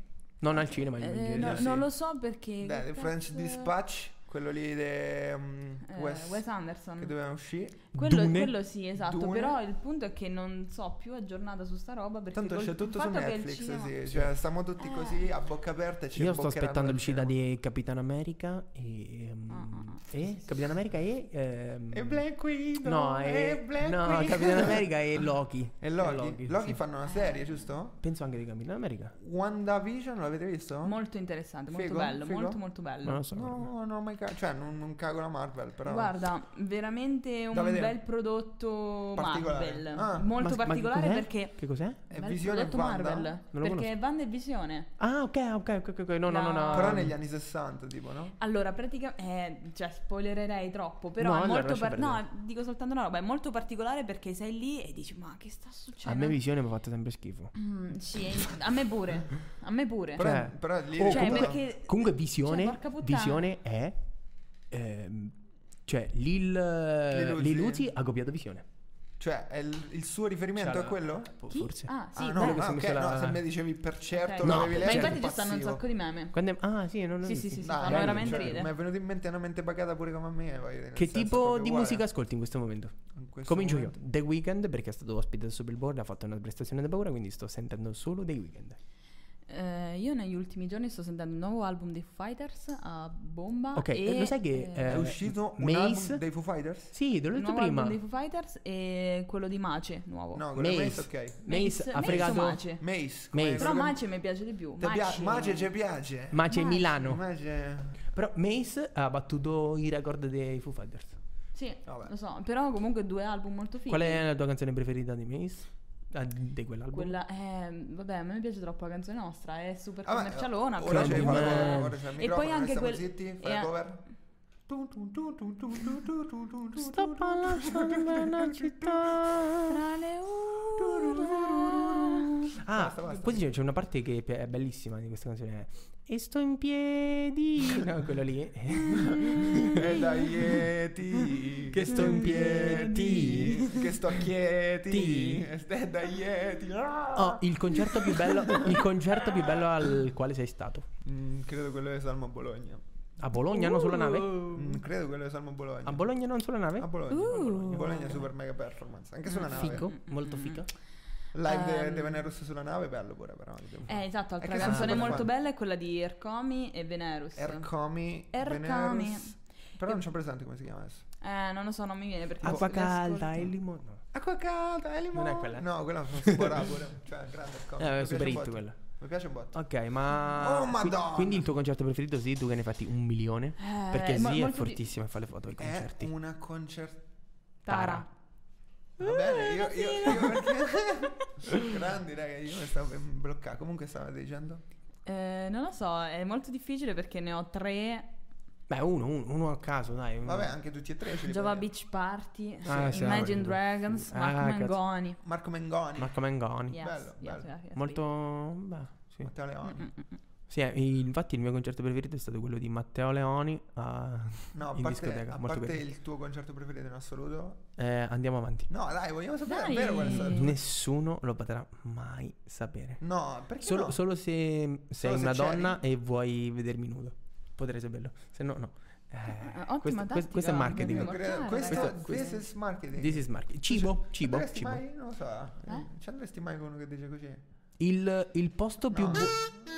Speaker 1: Non al cinema, in
Speaker 2: Eh,
Speaker 1: generale.
Speaker 2: no,
Speaker 3: sì.
Speaker 2: Non lo so perché.
Speaker 3: Dai,
Speaker 2: che
Speaker 3: The French
Speaker 2: cazzo-
Speaker 3: Dispatch, quello lì di um,
Speaker 2: eh,
Speaker 3: Wes,
Speaker 2: Wes
Speaker 3: che
Speaker 2: Anderson.
Speaker 3: doveva uscire.
Speaker 2: Quello,
Speaker 1: Dune?
Speaker 2: quello sì, esatto.
Speaker 3: Dune.
Speaker 2: Però il punto è che non so più aggiornata su sta roba. Perché
Speaker 3: Tanto
Speaker 2: col-
Speaker 3: c'è
Speaker 2: il
Speaker 3: tutto su
Speaker 2: fatto che il
Speaker 3: Netflix,
Speaker 2: cinema- Eh.
Speaker 3: sì, cioè stiamo tutti così a bocca aperta e ci
Speaker 1: Io sto
Speaker 3: imboccheranno
Speaker 1: aspettando
Speaker 3: al
Speaker 1: l'uscita
Speaker 3: cinema.
Speaker 1: di Capitan America e... ehm,
Speaker 2: Ah, ah, ah.
Speaker 1: e? Capitan America e... ehm,
Speaker 3: E Black Widow.
Speaker 1: No,
Speaker 3: e,
Speaker 1: è,
Speaker 3: Black
Speaker 1: no
Speaker 3: Widow.
Speaker 1: Capitan <laughs> America e Loki.
Speaker 3: <laughs> E Loki. Loki,
Speaker 1: sì.
Speaker 3: fanno una serie, giusto?
Speaker 1: Penso anche di Capitan America.
Speaker 3: WandaVision, l'avete visto?
Speaker 2: Molto interessante, molto
Speaker 3: Figo?
Speaker 2: bello,
Speaker 3: Figo?
Speaker 2: molto molto bello.
Speaker 1: Non lo so.
Speaker 3: No, no, mai cago. Cioè, non, non cago la Marvel, però.
Speaker 2: Guarda, veramente un
Speaker 3: Da vedere.
Speaker 2: bel prodotto
Speaker 3: Particolare.
Speaker 2: Marvel.
Speaker 3: Ah.
Speaker 1: Ma-
Speaker 2: molto
Speaker 1: ma che
Speaker 2: particolare
Speaker 1: cos'è?
Speaker 2: perché
Speaker 1: Che cos'è?
Speaker 3: È
Speaker 2: bel
Speaker 3: visione
Speaker 2: prodotto
Speaker 3: Wanda.
Speaker 2: Marvel.
Speaker 1: lo
Speaker 2: Perché Wanda è visione.
Speaker 1: Ah, ok, ok, ok, ok. No, no, no, no.
Speaker 2: La-
Speaker 3: Però negli anni 60, tipo, no?
Speaker 2: Allora, praticamente, eh, cioè, spoilererei troppo, però
Speaker 1: No,
Speaker 2: è
Speaker 1: allora
Speaker 2: molto
Speaker 1: lascia
Speaker 2: par- no, dico soltanto una roba, è molto particolare perché sei lì e dici "Ma che sta
Speaker 1: A
Speaker 2: succedendo?"
Speaker 1: me visione mi ha fatto sempre schifo.
Speaker 2: Mm, sì, eh, a me pure. A me pure.
Speaker 3: Però,
Speaker 1: Cioè-
Speaker 3: però lì.
Speaker 1: Oh,
Speaker 2: cioè,
Speaker 3: ricordo-
Speaker 1: comunque-
Speaker 2: perché
Speaker 1: Comunque visione,
Speaker 2: Cioè, porca puttana.
Speaker 1: visione è... ehm, cioè, Lil,
Speaker 3: Lil
Speaker 1: Lil
Speaker 3: Uzi.
Speaker 1: Uzi ha copiato visione.
Speaker 3: Cioè, è il, il suo riferimento
Speaker 1: Cioè,
Speaker 3: a quello?
Speaker 1: Po-
Speaker 2: chi?
Speaker 1: Forse.
Speaker 2: Ah, sì,
Speaker 3: ah,
Speaker 2: beh,
Speaker 3: no,
Speaker 1: quello che
Speaker 3: ah,
Speaker 1: si è
Speaker 3: ok,
Speaker 1: messo la-
Speaker 3: no, se mi dicevi per certo
Speaker 2: ok.
Speaker 1: No,
Speaker 3: l'avevi
Speaker 1: ma
Speaker 2: Ma
Speaker 3: letto.
Speaker 2: infatti
Speaker 3: ero
Speaker 2: ci stanno un
Speaker 3: impazzito.
Speaker 2: sacco di meme.
Speaker 1: Quando è- Ah, sì, non
Speaker 2: Sì, sì, sì, sì,
Speaker 3: Dai,
Speaker 2: fanno
Speaker 3: dai,
Speaker 2: veramente
Speaker 3: cioè,
Speaker 2: ridere.
Speaker 3: Mi è venuto in mente una mente pagata pure come a me. voglio dire, nel
Speaker 1: Che
Speaker 3: senso,
Speaker 1: tipo
Speaker 3: proprio
Speaker 1: di
Speaker 3: uguale.
Speaker 1: musica ascolti in questo momento?
Speaker 3: In questo
Speaker 1: Comincio
Speaker 3: momento.
Speaker 1: io. The Weeknd, perché è stato ospite del Superbowl, ha fatto una prestazione da paura, quindi sto sentendo solo The Weeknd.
Speaker 2: Eh, io negli ultimi giorni sto sentendo il nuovo album dei Foo Fighters a bomba
Speaker 1: Ok,
Speaker 2: e,
Speaker 1: lo sai che,
Speaker 2: eh,
Speaker 1: eh,
Speaker 3: È uscito un
Speaker 1: Mace?
Speaker 3: album dei Foo Fighters?
Speaker 1: Sì, te l'ho
Speaker 2: il
Speaker 1: detto
Speaker 2: nuovo
Speaker 1: prima.
Speaker 2: album dei Foo Fighters e quello di Mace, nuovo.
Speaker 3: No, Ah, quello di Mace,
Speaker 1: Mace.
Speaker 3: ok.
Speaker 1: Mace ha
Speaker 2: Mace o
Speaker 1: fregato
Speaker 2: Mace?
Speaker 3: Mace.
Speaker 1: Mace.
Speaker 3: come-
Speaker 2: Però
Speaker 3: quello che-
Speaker 2: Mace mi piace di più.
Speaker 3: Te pia-
Speaker 2: Mace,
Speaker 3: Mace ci piace.
Speaker 1: Mace
Speaker 2: Mace.
Speaker 1: Milano.
Speaker 3: Mace.
Speaker 1: Però Mace ha battuto i record dei Foo Fighters.
Speaker 2: Sì,
Speaker 3: Vabbè.
Speaker 2: lo so, però comunque due album molto fighi.
Speaker 1: Qual è la tua canzone preferita di Mace? Ah, di quell'album?
Speaker 2: Quella è, vabbè, a me piace troppo la canzone nostra, è super
Speaker 3: Vabbè,
Speaker 2: commercialona.
Speaker 3: Ora
Speaker 1: c'è
Speaker 3: c'è
Speaker 1: il
Speaker 2: però-
Speaker 3: il
Speaker 1: comunque-
Speaker 3: cover, ora c'è il
Speaker 2: E poi
Speaker 3: microfono,
Speaker 2: anche
Speaker 3: noi stiamo
Speaker 2: quel-
Speaker 3: zitti, fai
Speaker 2: e
Speaker 3: il
Speaker 2: a-
Speaker 3: cover.
Speaker 1: Sto parlando una città.
Speaker 2: Tra le urla.
Speaker 1: Ah,
Speaker 3: Basta, basta.
Speaker 1: poi c'è- c'è una parte che è bellissima di questa canzone. E sto in
Speaker 3: <laughs>
Speaker 1: piedi. No, quello lì.
Speaker 3: E dai Yeti
Speaker 1: Che sto in piedi.
Speaker 3: Che sto a Chieti
Speaker 1: Ti.
Speaker 3: E dai Yeti Ah!
Speaker 1: Oh, il concerto più bello. Il concerto più bello al quale sei stato.
Speaker 3: Mm, Credo quello di Salmo Bologna
Speaker 1: A Bologna, non sulla nave?
Speaker 3: Mm, Credo quello di Salmo Bologna
Speaker 1: A Bologna, non sulla nave?
Speaker 3: A Bologna
Speaker 2: Uh. Mm,
Speaker 3: Bologna super mega performance Anche sulla nave
Speaker 1: Fico, molto fico.
Speaker 3: Live de-
Speaker 2: Ehm.
Speaker 3: de Venerus sulla nave Bello pure però
Speaker 2: Eh, esatto, altra
Speaker 3: che sono
Speaker 2: canzone
Speaker 3: super
Speaker 2: molto
Speaker 3: fan.
Speaker 2: bella è quella di Ercomi e Venerus.
Speaker 3: Ercomi
Speaker 2: Ercomi.
Speaker 3: Venerus Però
Speaker 2: E-
Speaker 3: non c'ho presente come si chiama adesso
Speaker 2: eh, non lo so, non mi viene perché...
Speaker 1: Acqua
Speaker 2: le
Speaker 1: calda e
Speaker 2: ascolto.
Speaker 1: limone. no.
Speaker 3: Acqua calda e limone
Speaker 1: Non è quella?
Speaker 3: No quella
Speaker 1: <laughs>
Speaker 3: sono super pure Cioè grande Ercomi
Speaker 1: Eh, super
Speaker 3: Mi piace un
Speaker 1: hit
Speaker 3: botto.
Speaker 1: quella.
Speaker 3: Mi piace un botto
Speaker 1: Ok, ma.
Speaker 3: Oh,
Speaker 1: qui-
Speaker 3: Madonna.
Speaker 1: Quindi il tuo concerto preferito, sì, tu che ne hai fatti un milione?
Speaker 2: Eh,
Speaker 1: perché
Speaker 2: mo-
Speaker 1: sì, è
Speaker 2: molto di- Eh,
Speaker 1: fortissimo e fa le foto ai
Speaker 3: È
Speaker 1: concerti.
Speaker 3: una concert
Speaker 2: Tara.
Speaker 3: Va
Speaker 1: Ah,
Speaker 3: bene, io, io, io perché... <laughs> Grandi, raga, io mi stavo bloccando. Comunque stavo dicendo...
Speaker 2: Eh, non lo so, è molto difficile perché ne ho tre.
Speaker 1: Beh, uno, uno, uno a caso, dai. uno.
Speaker 3: Vabbè, anche tutti e tre ce li
Speaker 2: Java
Speaker 3: prendiamo.
Speaker 2: Beach Party,
Speaker 1: Ah, sì,
Speaker 2: Imagine
Speaker 1: sì.
Speaker 2: Dragons,
Speaker 1: Ah,
Speaker 2: Marco
Speaker 1: cazzo.
Speaker 2: Mengoni.
Speaker 3: Marco Mengoni.
Speaker 1: Marco Mengoni.
Speaker 2: Yes,
Speaker 3: Bello,
Speaker 2: yes,
Speaker 3: bello.
Speaker 2: yes, yes,
Speaker 1: Molto. Beh, sì.
Speaker 3: Matteo Leoni.
Speaker 1: Sì, eh, infatti il mio concerto preferito è stato quello di Matteo Leoni. a-
Speaker 3: No, a
Speaker 1: In
Speaker 3: parte,
Speaker 1: discoteca,
Speaker 3: a
Speaker 1: molto
Speaker 3: parte
Speaker 1: carino.
Speaker 3: il tuo concerto preferito in assoluto...
Speaker 1: Eh, andiamo avanti.
Speaker 3: No, dai, vogliamo sapere
Speaker 2: Dai.
Speaker 3: davvero qual è stato il tuo-
Speaker 1: Nessuno lo potrà mai sapere.
Speaker 3: No, Mm. perché
Speaker 1: Solo,
Speaker 3: no?
Speaker 1: solo se sei
Speaker 3: Solo se
Speaker 1: una
Speaker 3: c'eri.
Speaker 1: donna e vuoi vedermi nudo. Potrei saperlo. Se no, no.
Speaker 3: Ah,
Speaker 1: Eh,
Speaker 2: ottima
Speaker 1: questo,
Speaker 2: tattica,
Speaker 1: questo- questo è
Speaker 3: Io
Speaker 1: marketing.
Speaker 2: guarda.
Speaker 3: credo-
Speaker 2: Guardare,
Speaker 3: questo,
Speaker 1: ragazzi.
Speaker 3: questo is marketing.
Speaker 1: This is marketing. Cibo,
Speaker 3: Ci
Speaker 1: cibo,
Speaker 3: andresti
Speaker 1: cibo.
Speaker 3: mai? Non lo so. eh, Ci andresti mai con uno che dice così?
Speaker 1: Il, il posto più,
Speaker 3: No.
Speaker 1: bu-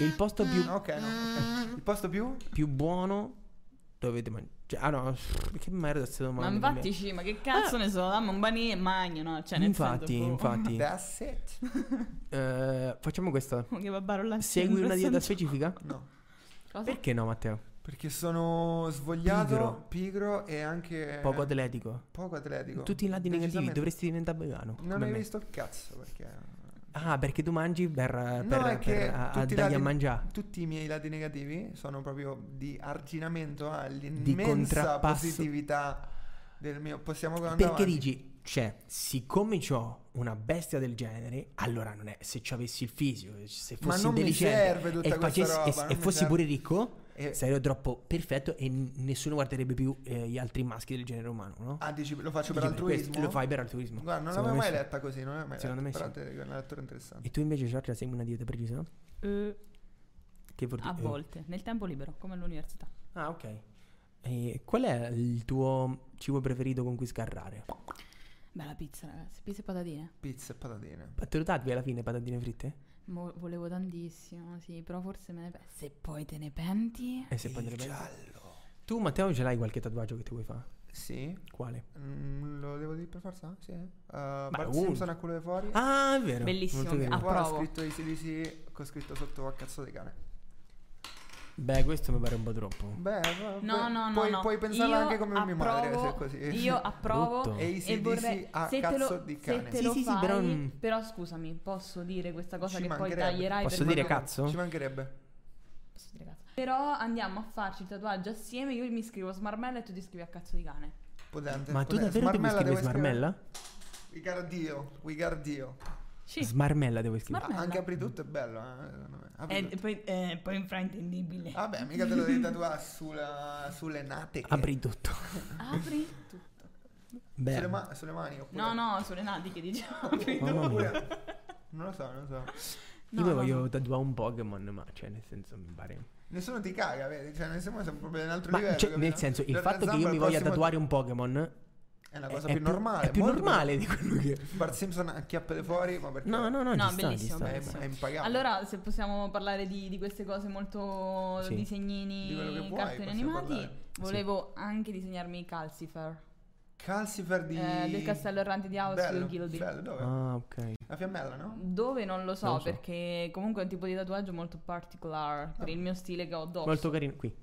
Speaker 1: il posto più,
Speaker 3: No, ok, no. ok. Il posto più?
Speaker 1: più buono dovete mangiare. Ah no, che merda stai
Speaker 2: Ma
Speaker 1: domandando. a me?
Speaker 2: infatti, sì, ma che
Speaker 3: Ah.
Speaker 2: cazzo ne so? Dammi un banì e magno, no? Cioè, nel
Speaker 1: infatti,
Speaker 2: senso, boh. <laughs>
Speaker 1: infatti.
Speaker 3: That's it.
Speaker 1: Eh, facciamo questa.
Speaker 2: oh, Che babaro là
Speaker 1: Segui
Speaker 2: dentro,
Speaker 1: una dieta
Speaker 2: sono-
Speaker 1: specifica?
Speaker 3: No.
Speaker 2: Cosa?
Speaker 1: Perché no, Matteo?
Speaker 3: Perché sono svogliato,
Speaker 1: Pigro.
Speaker 3: pigro, e anche
Speaker 1: Poco atletico.
Speaker 3: poco atletico.
Speaker 1: Tutti i lati negativi,
Speaker 3: Eh. Decisamente.
Speaker 1: dovresti diventare vegano.
Speaker 3: Non
Speaker 1: come
Speaker 3: hai
Speaker 1: me.
Speaker 3: visto il cazzo perché
Speaker 1: Ah, perché tu mangi per,
Speaker 3: No,
Speaker 1: Eh, per-
Speaker 3: è che
Speaker 1: per, a, a
Speaker 3: tutti
Speaker 1: dargli
Speaker 3: i lati-
Speaker 1: a mangiare.
Speaker 3: tutti i miei lati negativi sono proprio di arginamento all'immensa
Speaker 1: contrappasso.
Speaker 3: positività del mio possiamo andare
Speaker 1: Perché
Speaker 3: avanti.
Speaker 1: dici, cioè, siccome c'ho una bestia del genere, allora non è se ci avessi il fisico, se
Speaker 3: Ma
Speaker 1: fossi
Speaker 3: non mi
Speaker 1: intelligente
Speaker 3: serve tutta
Speaker 1: e,
Speaker 3: questa
Speaker 1: facessi-
Speaker 3: roba,
Speaker 1: e s-
Speaker 3: non
Speaker 1: e
Speaker 3: mi
Speaker 1: fossi
Speaker 3: serve. Eh.
Speaker 1: pure ricco,
Speaker 3: E-
Speaker 1: sarei troppo perfetto e n- nessuno guarderebbe più eh, gli altri maschi del genere umano, no?
Speaker 3: Ah, dici lo
Speaker 1: Dici,
Speaker 3: faccio per altruismo?
Speaker 1: questo, lo fai per altruismo.
Speaker 3: Guarda, non
Speaker 1: Secondo me
Speaker 3: l'avevo mai
Speaker 1: sì.
Speaker 3: letta così, non l'avevo mai
Speaker 1: Secondo
Speaker 3: letta.
Speaker 1: me
Speaker 3: Però te- è una lettura interessante.
Speaker 1: E tu invece, Giorgia, segui una dieta precisa?
Speaker 2: Eh,
Speaker 1: Che vuol
Speaker 2: a
Speaker 1: dire- eh,
Speaker 2: volte, nel tempo libero, come all'università.
Speaker 1: Ah, ok. E qual è il tuo cibo preferito con cui sgarrare?
Speaker 2: Bella pizza, ragazzi. Pizza e patatine.
Speaker 3: Pizza e patatine.
Speaker 1: Ma Te lo dati alla fine patatine fritte?
Speaker 2: Mo- volevo tantissimo, sì, però forse me ne penti. Se poi te ne penti.
Speaker 1: E Eh, se poi te
Speaker 3: Il
Speaker 1: ne prendi-
Speaker 3: giallo.
Speaker 1: Tu, Matteo, ce l'hai qualche tatuaggio che ti vuoi fare?
Speaker 3: Sì.
Speaker 1: Quale?
Speaker 3: Mm, lo devo dire per forza? Sì. Uh, Bart
Speaker 1: uno.
Speaker 3: Simpson a culo di fuori.
Speaker 1: Ah, è vero.
Speaker 2: Bellissimo.
Speaker 1: Molto carino.
Speaker 2: Ah.
Speaker 3: Qua ho
Speaker 2: Approvo.
Speaker 3: scritto ACDC con scritto sotto a cazzo di cane.
Speaker 1: Beh, questo mi pare un po' troppo.
Speaker 3: Beh,
Speaker 2: No, no, no.
Speaker 3: puoi,
Speaker 2: no.
Speaker 3: puoi pensarla
Speaker 2: Io
Speaker 3: anche come mia madre se è
Speaker 2: approvo-
Speaker 3: così. <laughs>
Speaker 2: Io approvo.
Speaker 1: Brutto.
Speaker 3: E
Speaker 2: E vorrei,
Speaker 3: a
Speaker 2: se te
Speaker 3: "Ah, cazzo
Speaker 2: lo,
Speaker 3: di
Speaker 2: se
Speaker 3: cane.
Speaker 2: te
Speaker 1: Sì,
Speaker 2: lo
Speaker 1: sì, sì,
Speaker 2: fai,
Speaker 1: però
Speaker 2: però,
Speaker 1: non-
Speaker 2: scusami, posso dire questa cosa
Speaker 3: Ci
Speaker 2: che poi
Speaker 3: mancherebbe.
Speaker 2: taglierai
Speaker 1: Posso
Speaker 2: per
Speaker 1: dire
Speaker 2: quando-
Speaker 1: cazzo?
Speaker 3: Ci mancherebbe.
Speaker 2: posso dire cazzo. Però andiamo a farci il tatuaggio assieme, io mi scrivo smarmella e tu ti scrivi a cazzo di cane.
Speaker 3: Potente.
Speaker 1: Ma tu davvero
Speaker 3: potente.
Speaker 1: devi
Speaker 3: Smarmella,
Speaker 1: scrivere
Speaker 3: devo scrivere?
Speaker 1: smarmella?
Speaker 3: Wigardio, Wigardio.
Speaker 2: Sì.
Speaker 1: Smarmella devo scrivere.
Speaker 2: Smarmella.
Speaker 3: Ah, anche apri tutto è bello, eh. secondo me. Apri
Speaker 2: e
Speaker 3: tutto.
Speaker 2: poi, eh, poi infraintendibile.
Speaker 3: Vabbè, mica te lo devi tatuare sulla- sulle nate. che-
Speaker 1: Apri eh. tutto.
Speaker 2: Ah. Apri tu.
Speaker 1: Beh,
Speaker 3: Sulle, ma- sulle mani oppure...
Speaker 2: No, no, sulle natiche diciamo. Apri tu.
Speaker 1: mamma mia.
Speaker 3: Non lo so, non lo so.
Speaker 1: oh, Io
Speaker 2: No,
Speaker 1: mi
Speaker 2: no,
Speaker 1: voglio tatuare un Pokémon, ma cioè, nel senso, mi pare.
Speaker 3: Nessuno ti caga, vedi? Cioè, nessuno siamo proprio in un altro
Speaker 1: Ma
Speaker 3: livello.
Speaker 1: cioè,
Speaker 3: capito?
Speaker 1: nel senso, il
Speaker 3: Jordan
Speaker 1: fatto che
Speaker 3: Zampa
Speaker 1: io mi
Speaker 3: al
Speaker 1: voglia
Speaker 3: prossimo-
Speaker 1: tatuare un Pokémon
Speaker 3: È la cosa
Speaker 1: è- è
Speaker 3: più normale.
Speaker 1: È più
Speaker 3: molto
Speaker 1: normale di quello che.
Speaker 3: Bart Simpson a chiappe fuori, ma perché...
Speaker 1: No, no, no,
Speaker 2: No,
Speaker 1: ci sta, ci
Speaker 2: bellissimo,
Speaker 1: sta.
Speaker 3: È,
Speaker 2: bellissimo.
Speaker 3: è impagabile.
Speaker 2: Allora, se possiamo parlare di, di queste cose molto
Speaker 1: Sì.
Speaker 2: disegnini,
Speaker 3: Di quello che vuoi,
Speaker 2: cartoni
Speaker 3: possiamo
Speaker 2: animati,
Speaker 3: parlare.
Speaker 2: volevo anche disegnarmi i calcifer
Speaker 3: Calcifer di...
Speaker 2: eh, del castello errante di House
Speaker 3: Bello,
Speaker 2: e Gilby.
Speaker 3: bello, dove?
Speaker 1: Ah, ok.
Speaker 3: La fiammella, no?
Speaker 2: Dove non lo so,
Speaker 1: Non lo so.
Speaker 2: perché comunque è un tipo di tatuaggio molto particolare per
Speaker 3: Ah.
Speaker 2: il mio stile che ho addosso.
Speaker 1: Molto carino. Qui.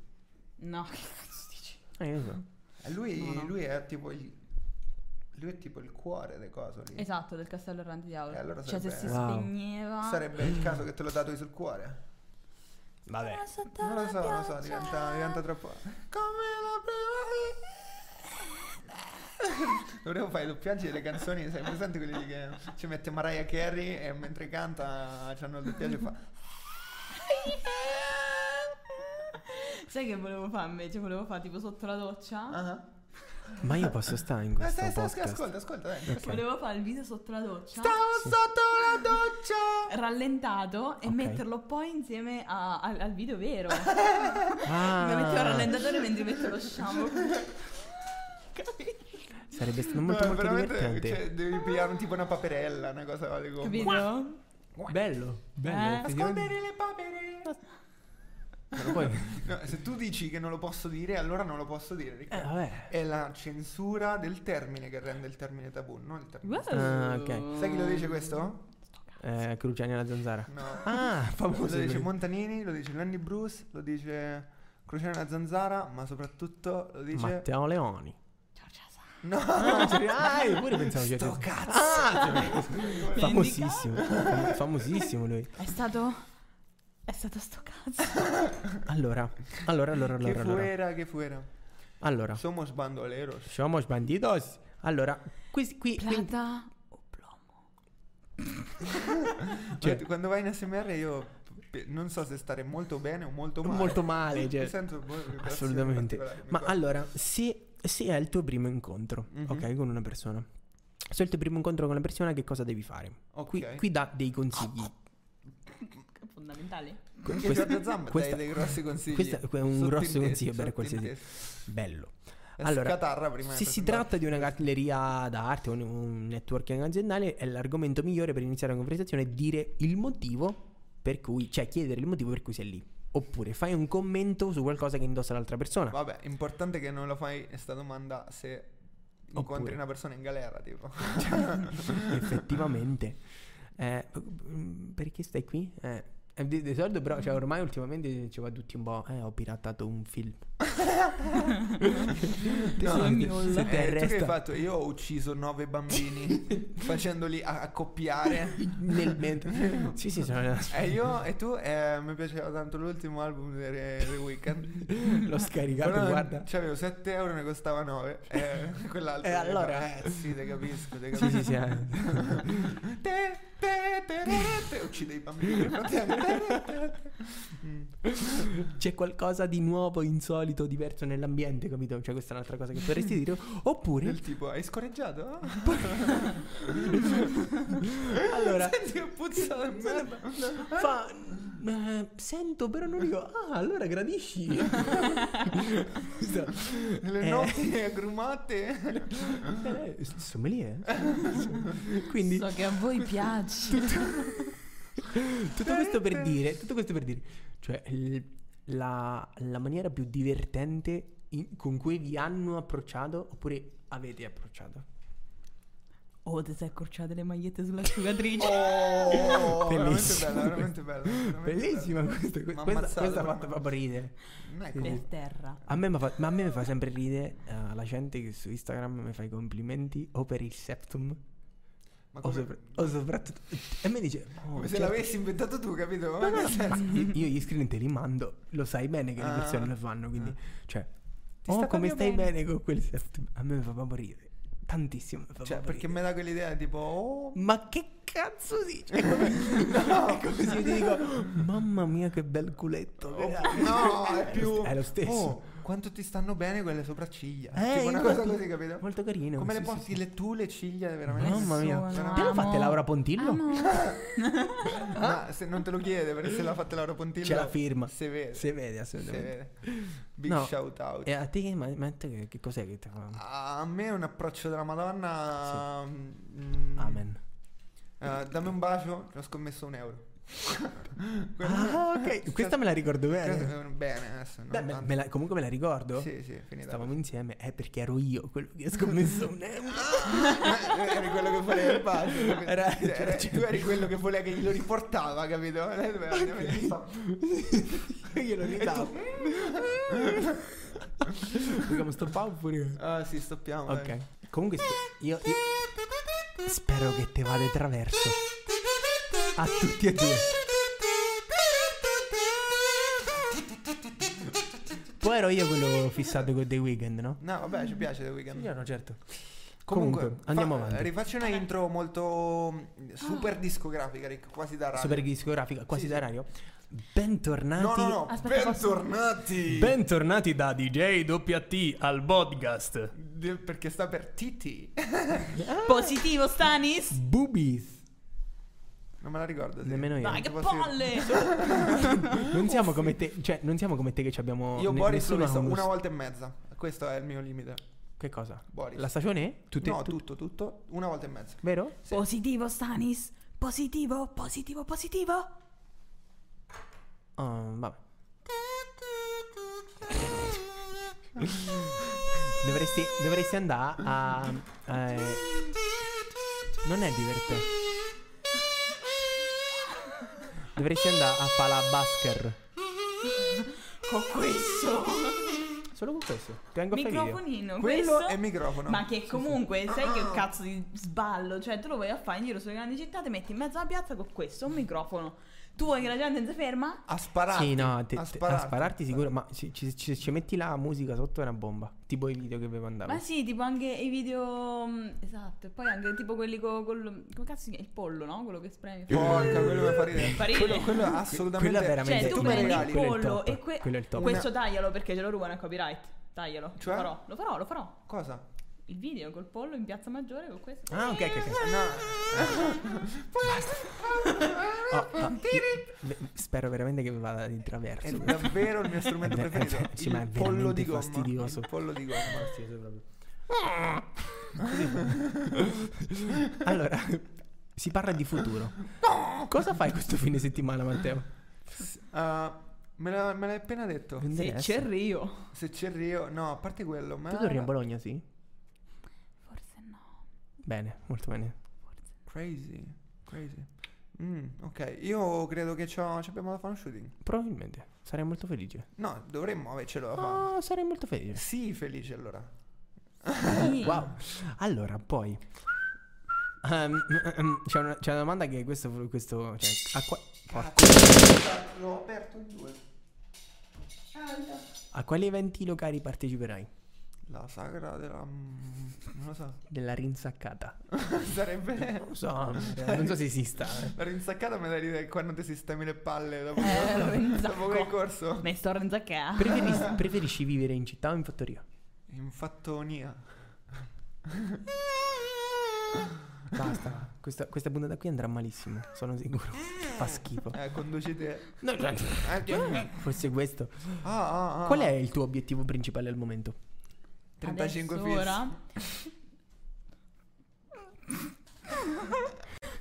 Speaker 2: No, che cazzo dici?
Speaker 1: Ah, io lo so.
Speaker 3: E Lui,
Speaker 2: No, no.
Speaker 3: lui è tipo il... Lui è tipo il cuore delle cose lì.
Speaker 2: Esatto, del castello errante di House.
Speaker 3: Eh, allora
Speaker 2: cioè se si
Speaker 3: sarebbe-
Speaker 1: Wow.
Speaker 2: spegneva...
Speaker 3: Sarebbe il caso che te lo tatuavi sul cuore.
Speaker 5: Vabbè.
Speaker 3: Non lo so, non lo so, diventa, diventa troppo. Come la prima Dovremmo fare i doppiaggi delle canzoni, sai presente quelli lì che ci mette Mariah Carey e mentre canta c'hanno il doppiaggio e fa.
Speaker 2: Sai che volevo fare invece? Cioè, Volevo fare tipo sotto la doccia.
Speaker 3: Ah.
Speaker 1: Ma io posso stare in
Speaker 3: Eh,
Speaker 1: questo
Speaker 3: stai, stai, stai,
Speaker 1: podcast?
Speaker 3: ascolta, ascolta, dai.
Speaker 2: Volevo fare il video sotto la doccia.
Speaker 3: Stavo sotto la doccia!
Speaker 2: Rallentato e
Speaker 1: Ok.
Speaker 2: metterlo poi insieme a- al, al video vero.
Speaker 1: Ah,
Speaker 2: Mi mettevo il rallentatore mentre metto lo shampoo.
Speaker 1: sarebbe stato molto,
Speaker 3: No,
Speaker 1: molto
Speaker 3: veramente,
Speaker 1: divertente.
Speaker 3: cioè, devi pigliare un tipo una paperella, una cosa alle gomme.
Speaker 2: Capito?
Speaker 1: Bello.
Speaker 2: Bello, Eh?
Speaker 3: Ascoltare le papere!
Speaker 1: Però poi-
Speaker 3: No, se tu dici che non lo posso dire, allora non lo posso dire.
Speaker 1: eh,
Speaker 3: Riccardo.
Speaker 1: vabbè.
Speaker 3: È la censura del termine che rende il termine tabù, non il termine.
Speaker 1: Ah, ok.
Speaker 3: Sai chi lo dice questo?
Speaker 1: Eh, Cruciani alla zanzara.
Speaker 3: No.
Speaker 1: Ah, famoso.
Speaker 3: Lo dice
Speaker 1: lui.
Speaker 3: Montanini, lo dice Lenny Bruce, lo dice Crociere una zanzara, ma soprattutto lo dice...
Speaker 1: Matteo Leoni.
Speaker 3: No!
Speaker 1: Ah, ci- ah, io pure pensavo che
Speaker 3: Sto cazzo!
Speaker 1: famosissimo. fam- famosissimo lui.
Speaker 2: È stato. È stato sto <laughs> cazzo.
Speaker 1: Allora, allora, allora,
Speaker 3: che
Speaker 1: allora. Allora.
Speaker 3: fuera, che fuera.
Speaker 1: allora.
Speaker 3: Somos bandoleros.
Speaker 1: Somos bandidos. Allora, qui, qui quindi-
Speaker 2: Plata o plomo?
Speaker 1: Cioè-
Speaker 3: Guarda, Quando vai in SMR io p- non so se stare molto bene o molto male.
Speaker 1: molto male,
Speaker 3: Mi
Speaker 1: cioè.
Speaker 3: sento boh, vibrazioni
Speaker 1: Assolutamente.
Speaker 3: particolari, mi
Speaker 1: Ma
Speaker 3: guarda.
Speaker 1: allora, se, se è il tuo primo incontro,
Speaker 3: Mhm.
Speaker 1: ok, con una persona. Se è il tuo primo incontro con una persona, che cosa devi fare?
Speaker 3: Ok. Ah,
Speaker 1: Qui, qui dà dei consigli.
Speaker 2: Fondamentale.
Speaker 1: Que-
Speaker 3: Anche
Speaker 1: questa-
Speaker 3: Giorgio Zampa
Speaker 1: questa-
Speaker 3: dai dei grossi consigli.
Speaker 1: questo è un grosso
Speaker 3: Sottintesi,
Speaker 1: consiglio per
Speaker 3: sottintesi.
Speaker 1: qualsiasi. Bello.
Speaker 3: La
Speaker 1: Allora,
Speaker 3: scatarra prima di
Speaker 1: se si
Speaker 3: presentare.
Speaker 1: tratta di una galleria d'arte o un- un networking aziendale, è l'argomento migliore per iniziare una conversazione è dire il motivo per cui, cioè chiedere il motivo per cui sei lì. Oppure fai un commento su qualcosa che indossa l'altra persona.
Speaker 3: Vabbè, importante che non la fai sta domanda se incontri
Speaker 1: Oppure.
Speaker 3: una persona in galera, tipo.
Speaker 1: <laughs> Effettivamente. Eh, mm, perché stai qui? Eh, eh, di, di solito però, cioè, ormai ultimamente ci va tutti un po'. Eh, ho piratato un
Speaker 3: <laughs>
Speaker 1: film.
Speaker 3: No,
Speaker 1: senti-
Speaker 3: eh,
Speaker 1: se
Speaker 3: tu
Speaker 1: ti
Speaker 3: che hai
Speaker 1: arresta-
Speaker 3: fatto? Io ho ucciso
Speaker 1: <laughs>
Speaker 3: nove bambini facendoli a- accoppiare.
Speaker 1: Nel mentre. sì, sì, sono-
Speaker 3: E io e tu eh, mi piaceva tanto l'ultimo album di The The Weeknd.
Speaker 1: l'ho scaricato,
Speaker 3: Però <laughs>
Speaker 1: guarda.
Speaker 3: C'avevo 7 euro, ne costava 9.
Speaker 1: <laughs>
Speaker 3: E quell'altro.
Speaker 1: E
Speaker 3: mi fa,
Speaker 1: allora?
Speaker 3: Eh sì, te capisco, te
Speaker 1: Sì,
Speaker 3: capisco.
Speaker 1: sì, eh. sì. eh.
Speaker 3: <laughs> Te, te, te, te, te. Uccide i bambini. nel frattempo. Te, te, te. Mm.
Speaker 1: C'è qualcosa di nuovo, insolito, diverso nell'ambiente, capito? Cioè, questa è un'altra cosa che potresti
Speaker 3: <laughs>
Speaker 1: dire. Oppure,
Speaker 3: Del tipo, hai scorreggiato?
Speaker 1: allora,
Speaker 3: <laughs> Senti che puzza di merda.
Speaker 1: fa. eh, sento, però non dico. Ah, allora gradisci.
Speaker 3: Le
Speaker 1: Eh.
Speaker 3: notti
Speaker 1: <laughs>
Speaker 3: agrumate.
Speaker 1: Eh, sommelier. Quindi
Speaker 2: So che a voi piace.
Speaker 1: tutto questo per dire, tutto questo per dire, cioè il- la, la maniera più divertente in- con cui vi hanno approcciato oppure avete approcciato.
Speaker 2: <laughs> Oh, ti sei accorciate le magliette sull'asciugatrice. <laughs>
Speaker 3: Oh, veramente
Speaker 1: Bellissimo.
Speaker 3: bella, veramente bella. veramente
Speaker 1: Bellissima
Speaker 3: bella.
Speaker 1: questa,
Speaker 3: M'ha
Speaker 1: questa,
Speaker 3: ammazzato,
Speaker 1: questa ha
Speaker 3: però
Speaker 1: fatto
Speaker 3: m'ha-
Speaker 1: proprio ridere.
Speaker 3: Non è
Speaker 1: Sì.
Speaker 3: come-
Speaker 2: Per terra.
Speaker 1: A me m'ha fa- ma a me mi fa sempre ridere eh, la gente che su Instagram mi fa i complimenti o per il septum
Speaker 3: Ma
Speaker 1: o,
Speaker 3: come,
Speaker 1: sopra- o soprattutto e mi dice "Oh,
Speaker 3: come se
Speaker 1: certo,
Speaker 3: l'avessi inventato tu, capito?
Speaker 1: No,
Speaker 3: Ma
Speaker 1: no,
Speaker 3: nel
Speaker 1: no, ma
Speaker 3: senso-
Speaker 1: io io gli screen te li mando, lo sai bene che le
Speaker 3: Ah.
Speaker 1: persone lo fanno, quindi, cioè,
Speaker 3: Ti sta
Speaker 1: oh, come
Speaker 3: proprio
Speaker 1: stai
Speaker 3: bene.
Speaker 1: bene. con quel set? A me mi fa proprio ridere, tantissimo. mi fa
Speaker 3: Cioè,
Speaker 1: proprio
Speaker 3: perché
Speaker 1: ridere.
Speaker 3: me dà quell'idea tipo,
Speaker 1: <laughs>
Speaker 3: oh,
Speaker 1: Ma che cazzo dici?
Speaker 3: <laughs>
Speaker 1: È come, <laughs> è come se io ti dico, mamma mia, che bel culetto.
Speaker 3: oh, <laughs> no, è più...
Speaker 1: è lo stesso.
Speaker 3: Oh, quanto ti stanno bene quelle sopracciglia.
Speaker 1: Eh,
Speaker 3: tipo una cosa
Speaker 1: infatti,
Speaker 3: così, capito?
Speaker 1: Molto carino.
Speaker 3: Come le
Speaker 1: sì, sì,
Speaker 3: porti
Speaker 1: sì.
Speaker 3: le tu le ciglia veramente?
Speaker 1: Mamma mia.
Speaker 2: Sono-
Speaker 1: Te l'ha fatta
Speaker 2: Amo.
Speaker 1: Laura Pontillo?
Speaker 2: Amo.
Speaker 3: <laughs> Ma se non te lo chiede, perché se l'ha fatta Laura Pontillo...
Speaker 1: Ce la firma.
Speaker 3: Se vede.
Speaker 1: Si vede,
Speaker 3: se
Speaker 1: assolutamente.
Speaker 3: vede. Big
Speaker 1: No, Eh.
Speaker 3: shout out.
Speaker 1: E a te, ma, ma a te che, che cos'è che ti fa?
Speaker 3: A me è un approccio della Madonna... mm,
Speaker 1: Amen.
Speaker 3: eh, dammi un bacio, ci ho scommesso un euro. <laughs>
Speaker 1: Ah,
Speaker 3: Cioè,
Speaker 1: ok. Questa me la ricordo bene.
Speaker 3: Bene, bene adesso. non
Speaker 1: Beh, me-
Speaker 3: tanto.
Speaker 1: me la- comunque me la ricordo.
Speaker 3: Sì, sì, finita. <laughs>
Speaker 1: Stavamo insieme, eh, perché ero io quello che ha scommesso un euro.
Speaker 3: eri quello che voleva il bacio. capito?
Speaker 1: Era-
Speaker 3: Cioè, era- tu eri quello che voleva che glielo
Speaker 1: <laughs>
Speaker 3: riportava, capito? Lei doveva andare lì, stava-
Speaker 1: Io glielo ridavo. Dobbiamo stoppare oppure.
Speaker 3: Ah, sì, stoppiamo. dai.
Speaker 1: Ok. Comunque, sì, io, io- Spero che te vada traverso. A tutti e due. O ero io quello fissato con The Weeknd, no?
Speaker 3: No, vabbè, ci piace The Weeknd.
Speaker 1: Io no, certo.
Speaker 3: Comunque,
Speaker 1: Comunque, andiamo
Speaker 3: fa-
Speaker 1: avanti.
Speaker 3: Rifaccio una intro molto mm, super discografica, Rick, quasi da radio.
Speaker 1: Super discografica, quasi
Speaker 3: Sì, sì.
Speaker 1: da radio. Bentornati.
Speaker 3: No, no, no,
Speaker 2: Aspetta, posso-
Speaker 3: bentornati.
Speaker 1: Bentornati da DJ WT al podcast.
Speaker 3: De- perché sta per Titi.
Speaker 2: <laughs> Positivo Stanis.
Speaker 1: Boobies.
Speaker 3: Non me la ricordo. sì.
Speaker 1: Nemmeno io.
Speaker 2: Dai, che
Speaker 3: posso dire-
Speaker 2: <laughs> palle!
Speaker 1: Non
Speaker 3: <laughs>
Speaker 1: siamo come te, cioè non siamo come te che ci abbiamo
Speaker 3: Io
Speaker 1: ne-
Speaker 3: Boris l'ho
Speaker 1: nessuno ha
Speaker 3: visto
Speaker 1: un
Speaker 3: una
Speaker 1: gusto.
Speaker 3: volta e mezza. Questo è il mio limite.
Speaker 1: Che cosa?
Speaker 3: Boris.
Speaker 1: La stagione? Tutte,
Speaker 3: no,
Speaker 1: tu-
Speaker 3: tutto, tutto. Una volta e mezza.
Speaker 1: vero?
Speaker 3: Sì.
Speaker 2: Positivo Stanis. Positivo, positivo, positivo.
Speaker 1: Ah, vabbè. Dovresti, dovresti andare a... eh, non è divertente. Dovresti andare a fare la basker.
Speaker 2: Con questo
Speaker 1: Solo con questo. Tengo a fare video.
Speaker 2: microfonino,
Speaker 3: Quello
Speaker 2: questo
Speaker 3: è microfono.
Speaker 2: Ma che comunque, sai che cazzo di sballo? Cioè, tu lo vai a fare in giro sulle grandi città, ti metti in mezzo alla piazza con questo, un microfono. Tu vuoi che la gente si ferma?
Speaker 3: A spararti.
Speaker 1: Sì, no, te- te-
Speaker 3: a
Speaker 1: a
Speaker 3: spararti.
Speaker 1: spararti sicuro, ma ci- ci- ci- ci metti la musica sotto è una bomba, tipo i video che vi mandavo.
Speaker 2: Ma sì, tipo anche i video. mm, Esatto, e poi anche tipo quelli con. come cazzo si chiama? Il pollo, no? Quello che spremi.
Speaker 3: Porca, quello mi fa ridere.
Speaker 2: Fa ridere.
Speaker 3: Quello, quello è assolutamente.
Speaker 1: Quella veramente-
Speaker 2: Cioè,
Speaker 1: Se
Speaker 2: tu
Speaker 1: tu mi
Speaker 2: prendi il
Speaker 1: regali- quello è il
Speaker 2: pollo
Speaker 1: top,
Speaker 2: e que-
Speaker 1: quello è il top.
Speaker 2: questo taglialo perché ce lo rubano a copyright. Taglialo.
Speaker 3: Cioè?
Speaker 2: Lo farò, lo farò, lo farò.
Speaker 3: Cosa?
Speaker 2: Il video col pollo in piazza maggiore con questo.
Speaker 1: Ah, ok, ok, ok.
Speaker 3: No.
Speaker 1: Oh, ma io- ve- spero veramente che vi vada di
Speaker 3: Mm, È
Speaker 1: traverso. <laughs>
Speaker 3: davvero il mio strumento
Speaker 1: È ver-
Speaker 3: preferito.
Speaker 1: ci- cioè, ma è
Speaker 3: il pollo di
Speaker 1: veramente
Speaker 3: gomma.
Speaker 1: fastidioso.
Speaker 3: Il pollo di gomma.
Speaker 1: Fastidioso proprio. Ah. allora, si parla di futuro. Cosa fai questo fine settimana, Matteo?
Speaker 3: Ah, me, l'ha- me l'hai appena detto.
Speaker 1: Non
Speaker 2: Se
Speaker 1: deve
Speaker 2: c'è
Speaker 1: essere.
Speaker 2: Rio.
Speaker 3: Se c'è Rio, no, a parte quello, ma.
Speaker 1: Tu torni a Bologna, sì?
Speaker 2: Forse no.
Speaker 1: Bene, molto bene.
Speaker 3: Crazy, crazy. Mm, ok, io credo che c'ho- ci abbiamo da fare un shooting.
Speaker 1: Probabilmente. Sarei molto felice.
Speaker 3: No, dovremmo avercelo da fare.
Speaker 1: Ah, sarei molto felice.
Speaker 3: Sii felice allora.
Speaker 2: Sì.
Speaker 1: Wow. Allora, poi. Ehm, ehm, c'è, una, c'è una domanda che questo. questo cioè, a, qua- Ah.
Speaker 3: L'ho aperto in due.
Speaker 1: a quali eventi locali parteciperai?
Speaker 3: La sagra della. mm, Non lo so. <laughs>
Speaker 1: Della rinsaccata.
Speaker 3: Sarebbe.
Speaker 1: Non so, eh, non so se esista. eh.
Speaker 3: La rinsaccata me la ridere quando ti sistemi le palle <laughs> dopo,
Speaker 2: Eh, lo
Speaker 1: esatto.
Speaker 3: dopo quel
Speaker 2: rinzacco.
Speaker 3: corso.
Speaker 2: Me sto rinzaccando.
Speaker 1: Preferis- preferisci vivere in città o in fattoria?
Speaker 3: In fattonia.
Speaker 1: Basta. Questa, questa puntata qui andrà malissimo, sono sicuro. Fa schifo.
Speaker 3: Eh, conducete.
Speaker 1: No, cioè,
Speaker 3: Ah,
Speaker 1: Forse questo.
Speaker 3: ah, ah.
Speaker 1: Qual è il tuo obiettivo principale al momento?
Speaker 3: 35
Speaker 2: Adesso,
Speaker 3: fis.
Speaker 2: ora.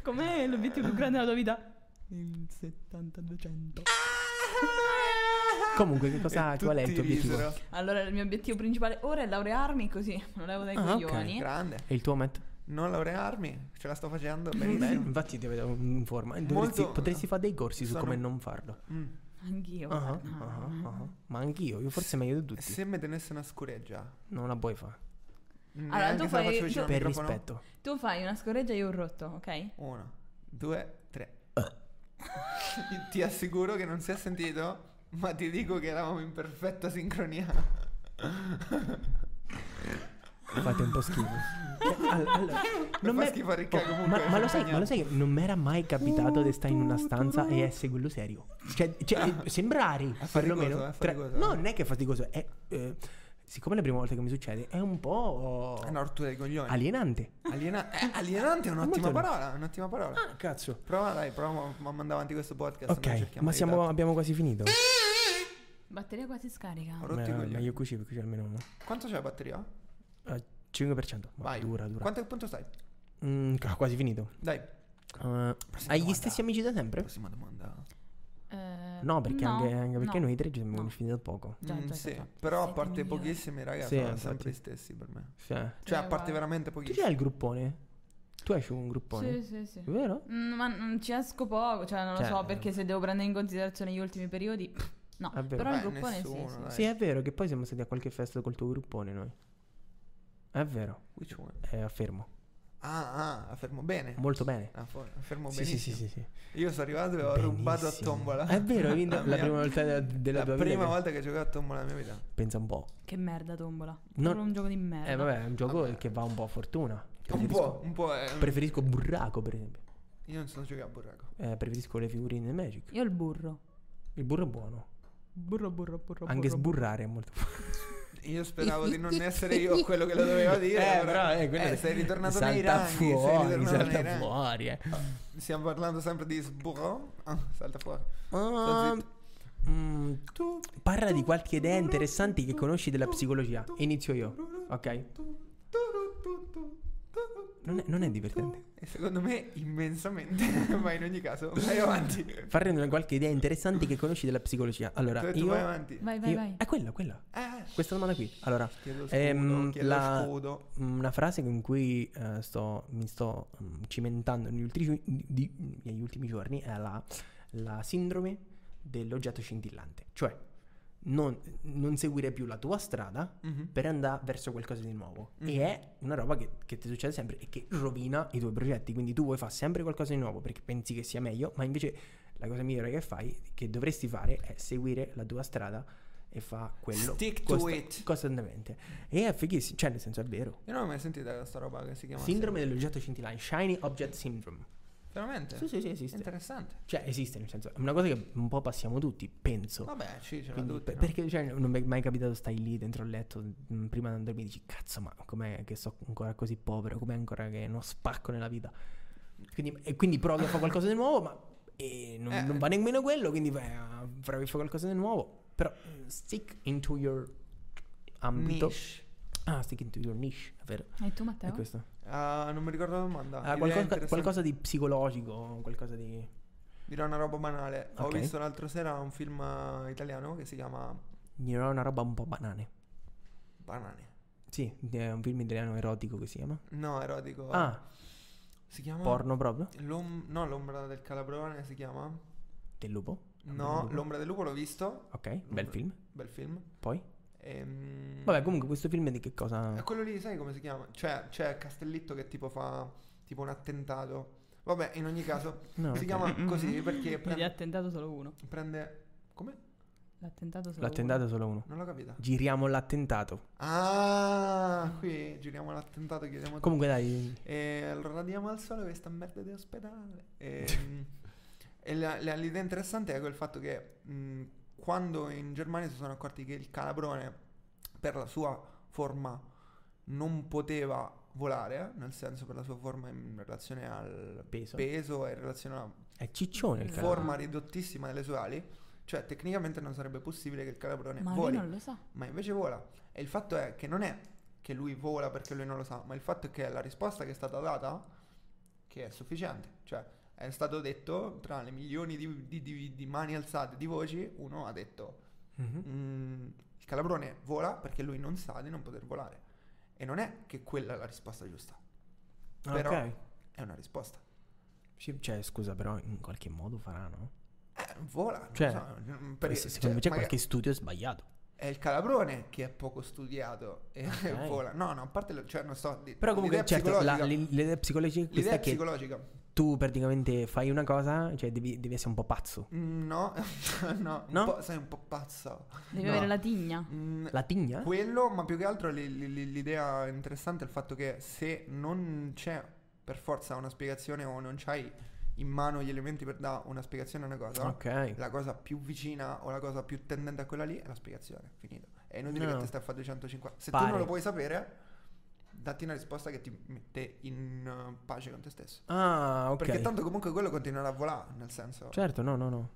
Speaker 2: Com'è l'obiettivo più grande della tua vita? Il 70-200.
Speaker 1: Comunque, che cosa,
Speaker 3: E
Speaker 1: qual è il
Speaker 3: tutti
Speaker 1: tuo obiettivo?
Speaker 3: risero.
Speaker 2: Allora, il mio obiettivo principale ora è laurearmi così, me lo levo dai
Speaker 1: Ah, ok.
Speaker 2: coglioni.
Speaker 3: Grande.
Speaker 1: E il tuo Matt?
Speaker 3: Non laurearmi, ce la sto facendo.
Speaker 1: Beh,
Speaker 3: Benissimo.
Speaker 1: infatti ti vedo in forma. eh. Dovresti-
Speaker 3: Molto-
Speaker 1: potresti fare dei corsi su
Speaker 3: sono-
Speaker 1: come non farlo.
Speaker 3: Mm.
Speaker 2: Anch'io.
Speaker 1: Ah,
Speaker 2: guarda.
Speaker 1: ah, ah. Ma anch'io, io forse meglio di tutti.
Speaker 3: Se mi tenesse una scureggia.
Speaker 1: Non la puoi fare.
Speaker 3: Allora,
Speaker 2: tu fai- tu-
Speaker 1: Per rispetto.
Speaker 2: Tu fai una scoreggia e io un rotto, ok?
Speaker 3: Uno, due, tre.
Speaker 1: Eh.
Speaker 3: Io <laughs> ti assicuro che non si è sentito, ma ti dico che eravamo in perfetta sincronia.
Speaker 1: Oh. Fate un po'
Speaker 3: <laughs>
Speaker 1: schifo. Eh, all- allora,
Speaker 3: Non
Speaker 1: m'è-
Speaker 3: fa schifo a Ricca
Speaker 1: Oh,
Speaker 3: comunque.
Speaker 1: ma, ma lo sai,
Speaker 3: Spagna.
Speaker 1: ma lo sai che non mi era mai capitato di stare in una stanza e essere quello serio. Cioè, cioè eh, sembrari
Speaker 3: faticoso,
Speaker 1: perlomeno.
Speaker 3: Ah. è
Speaker 1: tra-
Speaker 3: faticoso,
Speaker 1: no,
Speaker 3: eh.
Speaker 1: non è che è faticoso. È, eh, siccome è la prima volta che mi succede, è un po'
Speaker 3: È una rottura dei coglioni.
Speaker 1: alienante.
Speaker 3: Aliena- eh, alienante è un'ottima
Speaker 1: Molto-
Speaker 3: parola, è un'ottima parola.
Speaker 1: Ah, cazzo.
Speaker 3: Prova, dai, prova a mandare avanti questo podcast. noi
Speaker 1: Ok,
Speaker 3: cerchiamo
Speaker 1: ma
Speaker 3: di
Speaker 1: siamo-
Speaker 3: darti-
Speaker 1: abbiamo quasi finito.
Speaker 2: Batteria quasi scarica.
Speaker 3: Ho
Speaker 1: Ma,
Speaker 3: rotto i coglioni.
Speaker 1: ma io cucino perché c'è almeno uno.
Speaker 3: Quanto c'è la batteria?
Speaker 1: Eh, 5%. Ma
Speaker 3: Vai.
Speaker 1: Dura, dura.
Speaker 3: Quanto punto stai?
Speaker 1: Mm, ca- quasi finito.
Speaker 3: Dai,
Speaker 1: Eh, hai gli
Speaker 3: domanda.
Speaker 1: stessi amici da sempre?
Speaker 3: prossima domanda.
Speaker 2: Eh,
Speaker 1: No, perché anche, anche perché
Speaker 2: no.
Speaker 1: noi tre ci siamo
Speaker 2: no.
Speaker 1: conosciuti da poco.
Speaker 2: Già,
Speaker 3: Mm,
Speaker 2: già,
Speaker 3: sì,
Speaker 2: già, già.
Speaker 3: però a
Speaker 2: Siete
Speaker 3: parte
Speaker 2: migliori.
Speaker 3: pochissimi, raga,
Speaker 1: Sì,
Speaker 3: sono
Speaker 1: infatti.
Speaker 3: sempre gli stessi per me.
Speaker 1: Sì.
Speaker 3: Cioè, a
Speaker 2: Eh,
Speaker 3: parte
Speaker 2: guarda.
Speaker 3: veramente
Speaker 1: Tu
Speaker 3: pochissimi.
Speaker 1: c'hai il gruppone? Tu hai un gruppone?
Speaker 2: Sì, sì, sì.
Speaker 1: Vero?
Speaker 2: Mm, ma non ci esco poco, cioè non lo
Speaker 1: Cioè,
Speaker 2: so, perché se devo prendere in considerazione gli ultimi periodi, no.
Speaker 1: È vero.
Speaker 2: Però il
Speaker 3: Beh,
Speaker 2: gruppone
Speaker 3: nessuno,
Speaker 2: sì, sì.
Speaker 3: dai.
Speaker 1: Sì, è vero che poi siamo stati a qualche festa col tuo gruppone noi. È vero,
Speaker 3: Which one?
Speaker 1: eh, affermo.
Speaker 3: Ah, ah, affermo bene.
Speaker 1: Molto bene.
Speaker 3: Ah, fo- affermo
Speaker 1: Sì,
Speaker 3: bene.
Speaker 1: sì, sì, sì, sì.
Speaker 3: Io sono arrivato e ho rubato a
Speaker 1: Benissimo.
Speaker 3: tombola.
Speaker 1: È vero, hai vinto la,
Speaker 3: mia-
Speaker 1: prima volta della, della
Speaker 3: la
Speaker 1: tua
Speaker 3: prima
Speaker 1: vita. che-
Speaker 3: volta che giocavo a tombola nella mia vita.
Speaker 1: Pensa un po'.
Speaker 2: Che merda, tombola.
Speaker 1: No.
Speaker 2: Solo un gioco di merda.
Speaker 1: Eh vabbè, è un gioco
Speaker 3: Vabbè.
Speaker 1: che va un po' a fortuna.
Speaker 3: Un
Speaker 1: Preferisco,
Speaker 3: po', un po'. È...
Speaker 1: preferisco burraco, per esempio.
Speaker 3: Io non sono giocato a burraco.
Speaker 1: Eh, preferisco le figurine di Magic.
Speaker 2: Io il burro.
Speaker 1: Il burro è buono.
Speaker 2: Burro, burro, burro.
Speaker 1: Anche
Speaker 2: burro, burro.
Speaker 1: sburrare è molto
Speaker 3: Io
Speaker 2: <laughs>
Speaker 3: speravo di non essere io quello che lo
Speaker 1: <laughs>
Speaker 3: dovevo dire.
Speaker 1: Eh,
Speaker 3: eh,
Speaker 1: quello-
Speaker 3: sei ritornato
Speaker 1: salta
Speaker 3: nei ranghi. sei
Speaker 1: fuori,
Speaker 3: ritornato nei
Speaker 1: salta
Speaker 3: ranghi.
Speaker 1: fuori. eh.
Speaker 3: Stiamo parlando sempre di sburro. Ah, salta fuori.
Speaker 1: Ah,
Speaker 3: zitto.
Speaker 1: mm, tu parla di qualche idea interessante che conosci della psicologia. Inizio io, ok? Non è- non è divertente.
Speaker 3: E secondo me immensamente, <laughs> ma in ogni caso, vai avanti. Tu
Speaker 1: Farne una qualche idea interessante che conosci della psicologia. Allora,
Speaker 3: hai detto
Speaker 1: io...
Speaker 3: vai avanti.
Speaker 2: Vai, vai,
Speaker 1: io-
Speaker 2: vai.
Speaker 1: È quella, quella.
Speaker 3: Ah,
Speaker 1: Questa domanda qui. Allora,
Speaker 3: chiedo scudo,
Speaker 1: ehm,
Speaker 3: chiedo
Speaker 1: la-
Speaker 3: scudo.
Speaker 1: una frase con cui eh, sto, mi sto mm, cimentando negli ultimi, di- negli ultimi giorni è la, la sindrome dell'oggetto scintillante. Cioè, non, non seguire più la tua strada
Speaker 3: Mhm.
Speaker 1: per andare verso qualcosa di nuovo.
Speaker 3: Mm.
Speaker 1: E è una roba che, che ti succede sempre e che rovina i tuoi progetti. Quindi tu vuoi fare sempre qualcosa di nuovo perché pensi che sia meglio, ma invece la cosa migliore che fai, che dovresti fare, è seguire la tua strada e fa quello
Speaker 3: Stick to it.
Speaker 1: costantemente. E è fighissimo, cioè nel senso è vero.
Speaker 3: Io non ho mai sentito questa roba che si chiama...
Speaker 1: Sindrome dell'oggetto scintillante, Shiny Object Syndrome.
Speaker 3: Veramente?
Speaker 1: Sì, sì, sì, esiste.
Speaker 3: Interessante.
Speaker 1: Cioè esiste nel senso, è una cosa che un po' passiamo tutti, penso.
Speaker 3: Vabbè, ci ce l'ha
Speaker 1: Quindi,
Speaker 3: tutti.
Speaker 1: per-
Speaker 3: no?
Speaker 1: Perché cioè, non mi è mai capitato stai lì dentro il letto mh, prima di andare dormire dici cazzo ma com'è che sto ancora così povero, com'è ancora che non spacco nella vita. Quindi, e quindi provi a fare qualcosa di nuovo ma e non,
Speaker 3: Eh.
Speaker 1: non va nemmeno quello, quindi vai a- provi a fare qualcosa di nuovo. Però eh, stick into your ambito.
Speaker 3: Niche.
Speaker 1: Ah, stick into your niche, è vero.
Speaker 2: E tu,
Speaker 1: È
Speaker 2: Matteo?
Speaker 1: questo.
Speaker 3: Ah, non mi ricordo la domanda.
Speaker 1: Ah,
Speaker 3: Idea
Speaker 1: qualcosa,
Speaker 3: interessante.
Speaker 1: qualcosa di psicologico, qualcosa di...
Speaker 3: Dirò una roba banale. Ho
Speaker 1: Ok.
Speaker 3: visto l'altro sera un film eh, italiano che si chiama
Speaker 1: Mi era una roba un po' banane.
Speaker 3: Banane.
Speaker 1: Sì, è un film italiano erotico che si chiama.
Speaker 3: No, erotico.
Speaker 1: Ah,
Speaker 3: Si chiama...
Speaker 1: porno proprio?
Speaker 3: L'om- no, l'ombra del calabrone si chiama?
Speaker 1: Del lupo?
Speaker 3: No, l'ombra del lupo l'ho visto.
Speaker 1: Ok, bel film.
Speaker 3: Bel film.
Speaker 1: Poi?
Speaker 3: Ehm,
Speaker 1: Vabbè, comunque questo film di che
Speaker 3: è
Speaker 1: cosa...
Speaker 3: quello lì, sai come si chiama? Cioè, c'è Castellitto che tipo fa tipo un attentato. Vabbè, in ogni caso,
Speaker 1: <laughs> No,
Speaker 3: si
Speaker 1: ok.
Speaker 3: chiama
Speaker 1: <laughs>
Speaker 3: così perché
Speaker 2: Ne
Speaker 3: prende-
Speaker 2: Gli ha tentato solo uno.
Speaker 3: prende... Come?
Speaker 2: L'ha tentato solo
Speaker 1: L'attentato è solo uno.
Speaker 3: Non l'ho capita.
Speaker 1: Giriamo l'attentato.
Speaker 3: Ah, qui giriamo l'attentato, chiudiamo tutto.
Speaker 1: Comunque dai,
Speaker 3: E allora andiamo al sole questa merda di ospedale. E, e la- la- l'idea interessante è quel fatto che mh, quando in Germania si sono accorti che il calabrone, per la sua forma, non poteva volare, nel senso per la sua forma in relazione al
Speaker 1: Peso.
Speaker 3: peso e in relazione alla
Speaker 1: è ciccione il cazzo.
Speaker 2: Fuori.
Speaker 3: forma ridottissima delle sue ali, cioè tecnicamente non sarebbe possibile che il calabrone
Speaker 2: uno. Ma
Speaker 3: voli
Speaker 2: lui non lo sa.
Speaker 3: ma invece vola. E il fatto è che non è che lui vola perché lui non lo sa, ma il fatto è che la risposta che è stata data, che è sufficiente, cioè è stato detto tra le milioni di, di- di- di mani alzate, di voci, uno ha detto,
Speaker 1: Mhm.
Speaker 3: "Mm, il calabrone vola perché lui non sa di non poter volare. E non è che quella è la risposta giusta, però-
Speaker 1: Ok.
Speaker 3: è una risposta.
Speaker 1: Sì, Cioè, scusa, però in qualche modo faranno.
Speaker 3: Eh, vola, non
Speaker 1: Cioè,
Speaker 3: so, mm,
Speaker 1: Perché,
Speaker 3: perché,
Speaker 1: secondo me
Speaker 3: cioè,
Speaker 1: c'è
Speaker 3: magari-
Speaker 1: qualche studio sbagliato.
Speaker 3: È il calabrone che è poco studiato e
Speaker 1: Ok.
Speaker 3: <laughs> vola. No, no, a parte, lo- cioè, non sto... Di,
Speaker 1: Però comunque,
Speaker 3: l'idea
Speaker 1: certo, la-
Speaker 3: psicologica-
Speaker 1: l- l'idea psicologica è
Speaker 3: L'idea
Speaker 1: questa
Speaker 3: è
Speaker 1: che
Speaker 3: psicologica.
Speaker 1: tu praticamente fai una cosa, cioè devi, devi essere un po' pazzo.
Speaker 3: Mm, No, <laughs> no, un
Speaker 1: No?
Speaker 3: po', sei un po' pazzo.
Speaker 2: Deve
Speaker 3: No.
Speaker 2: avere la tigna.
Speaker 3: Mm,
Speaker 1: La tigna?
Speaker 3: Quello, ma più che altro li- li- li- l'idea interessante è il fatto che se non c'è per forza una spiegazione o non c'hai in mano gli elementi per dare una spiegazione a una cosa,
Speaker 1: Ok.
Speaker 3: la cosa più vicina o la cosa più tendente a quella lì è la spiegazione, finito. È inutile
Speaker 1: No.
Speaker 3: che ti stai a fare 250. Se tu
Speaker 1: Pare.
Speaker 3: non lo puoi sapere, datti una risposta che ti mette in eh, pace con te stesso.
Speaker 1: Ah, ok.
Speaker 3: Perché tanto comunque quello continuerà a volare, nel senso...
Speaker 1: Certo, no, no, no.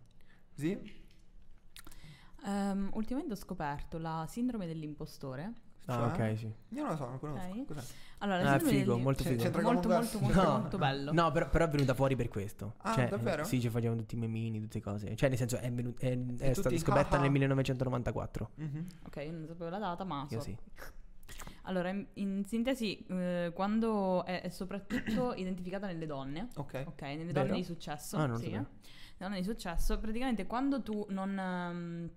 Speaker 3: Sì?
Speaker 2: Ehm, ultimamente ho scoperto la sindrome dell'impostore.
Speaker 1: Ah,
Speaker 3: Cioè?
Speaker 1: ok, sì.
Speaker 3: Io non lo so, non conosco.
Speaker 2: Ok.
Speaker 3: Cos'è?
Speaker 2: Allora, la
Speaker 1: Ah,
Speaker 2: sindrome
Speaker 1: figo,
Speaker 2: degli-
Speaker 1: molto
Speaker 3: Cioè,
Speaker 1: figo.
Speaker 3: c'entra con
Speaker 2: molto, molto,
Speaker 3: <laughs> questo?
Speaker 2: molto,
Speaker 1: No.
Speaker 2: molto bello.
Speaker 1: No, però, però è venuta fuori per questo.
Speaker 3: Ah,
Speaker 1: cioè,
Speaker 3: davvero?
Speaker 1: Sì, ci facevano tutti i memini, tutte cose. Cioè, nel senso, è, venu- è- è
Speaker 3: E
Speaker 1: stata
Speaker 3: tutti,
Speaker 1: scoperta
Speaker 3: ah, ah.
Speaker 1: nel 1994.
Speaker 3: Mhm.
Speaker 2: Ok, io non sapevo la data, ma
Speaker 1: Io
Speaker 2: so-
Speaker 1: sì.
Speaker 2: Allora, in, in sintesi, eh, quando è, è soprattutto <clears throat> identificata nelle donne,
Speaker 3: Ok.
Speaker 2: ok, nelle
Speaker 1: Vero?
Speaker 2: donne di successo,
Speaker 1: Ah, non lo
Speaker 2: sì,
Speaker 1: sapevo.
Speaker 2: eh. nelle donne di successo, praticamente quando tu non, ehm,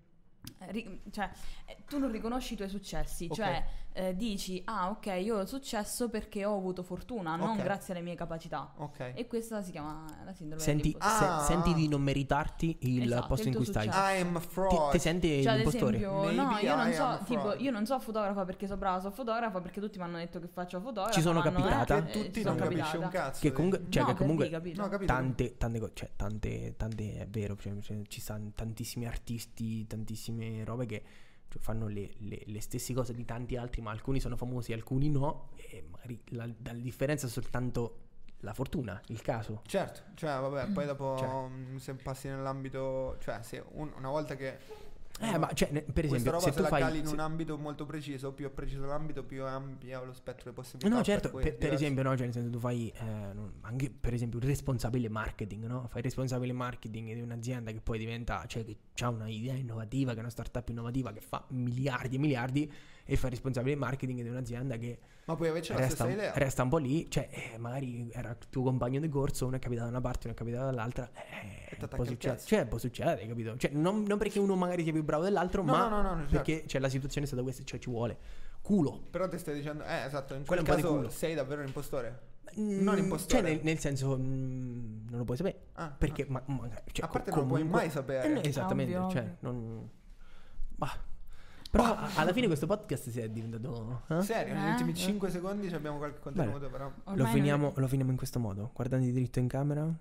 Speaker 2: ri- cioè, eh, tu non riconosci i tuoi successi, cioè eh, dici ah ok io ho successo perché ho avuto fortuna, non
Speaker 3: Ok.
Speaker 2: grazie alle mie capacità.
Speaker 3: Ok.
Speaker 2: E questa si chiama la sindrome
Speaker 1: Senti,
Speaker 2: dell'impostore.
Speaker 3: Ah.
Speaker 1: se- senti di non meritarti il
Speaker 2: Esatto,
Speaker 1: posto
Speaker 2: il
Speaker 1: in
Speaker 2: tuo
Speaker 1: cui stai.
Speaker 2: successo.
Speaker 3: I'm
Speaker 1: Ti,
Speaker 3: fraud.
Speaker 1: ti senti
Speaker 2: Cioè, ad
Speaker 1: ah, l'impostore?
Speaker 2: esempio, no,
Speaker 3: Maybe
Speaker 2: io non
Speaker 3: I
Speaker 2: so,
Speaker 3: am
Speaker 2: tipo,
Speaker 3: fraud.
Speaker 2: io non so fotografa perché so brava, so fotografa perché tutti mi hanno detto che faccio fotografa.
Speaker 1: Ci sono
Speaker 2: hanno-
Speaker 1: capitata?
Speaker 2: eh,
Speaker 3: che tutti
Speaker 2: ci
Speaker 3: non
Speaker 2: sono
Speaker 3: capisce
Speaker 2: capitata.
Speaker 3: un cazzo. eh.
Speaker 1: Che
Speaker 3: di-
Speaker 1: comunque, cioè,
Speaker 2: No,
Speaker 1: che
Speaker 2: per
Speaker 1: comunque
Speaker 2: dire, capito?
Speaker 3: No, capito?
Speaker 1: tante, tante cose, cioè tante, tante, è vero, cioè, cioè, ci stanno tantissimi artisti, tantissime robe che cioè, fanno le, le- le stesse cose di tanti altri, ma alcuni sono famosi, alcuni no, e magari la, la differenza è soltanto la fortuna, il caso.
Speaker 3: Certo, cioè vabbè, poi dopo
Speaker 1: Cioè.
Speaker 3: mm, se passi nell'ambito, cioè se un- una volta che
Speaker 1: Eh, ma cioè, ne- per
Speaker 3: questa
Speaker 1: esempio,
Speaker 3: roba
Speaker 1: se
Speaker 3: se,
Speaker 1: tu
Speaker 3: la
Speaker 1: fai...
Speaker 3: cali in
Speaker 1: se-
Speaker 3: un ambito molto preciso, più è preciso l'ambito, più è ampio lo spettro di possibilità.
Speaker 1: No, certo,
Speaker 3: cui
Speaker 1: per,
Speaker 3: è
Speaker 1: per
Speaker 3: diverso.
Speaker 1: esempio, no, cioè, nel senso tu fai eh, non- anche per esempio il responsabile marketing, no? Fai il responsabile marketing di un'azienda che poi diventa, cioè che ha un'idea innovativa, che è una startup innovativa che fa miliardi e miliardi e fai il responsabile marketing di un'azienda che
Speaker 3: Ma puoi averci Cioè, la
Speaker 1: resta,
Speaker 3: stessa idea.
Speaker 1: resta un po' lì, cioè eh, magari era il tuo compagno di corso, uno è capitato da una parte, uno è capitato dall'altra, eh,
Speaker 3: t'attacchi
Speaker 1: può
Speaker 3: al
Speaker 1: succedere,
Speaker 3: cazzo.
Speaker 1: cioè può succedere, capito? Cioè non, non perché uno magari sia più bravo dell'altro,
Speaker 3: No,
Speaker 1: ma
Speaker 3: no, no, no, certo.
Speaker 1: perché cioè, la situazione è stata questa, cioè ci vuole culo.
Speaker 3: Però te stai dicendo, eh esatto, in quel
Speaker 1: Quello è un po' di
Speaker 3: caso
Speaker 1: culo.
Speaker 3: sei davvero un impostore.
Speaker 1: Mm,
Speaker 3: Non impostore.
Speaker 1: Cioè, nel, nel senso, mm, non lo puoi sapere.
Speaker 3: Ah,
Speaker 1: perché, ma, ma- cioè,
Speaker 3: A parte
Speaker 1: co-
Speaker 3: non puoi
Speaker 1: comunque-
Speaker 3: mai sapere.
Speaker 1: Eh, no, esattamente,
Speaker 2: Ovvio,
Speaker 1: cioè,
Speaker 2: ovvio.
Speaker 1: non... Bah. Però a- alla fine questo podcast si è diventato... eh?
Speaker 3: Serio, negli
Speaker 2: Eh?
Speaker 3: ultimi 5 secondi ci abbiamo qualche contenuto, però.
Speaker 1: Lo,
Speaker 2: Ormai non-
Speaker 1: finiamo, lo finiamo in questo modo, guardando di dritto in camera.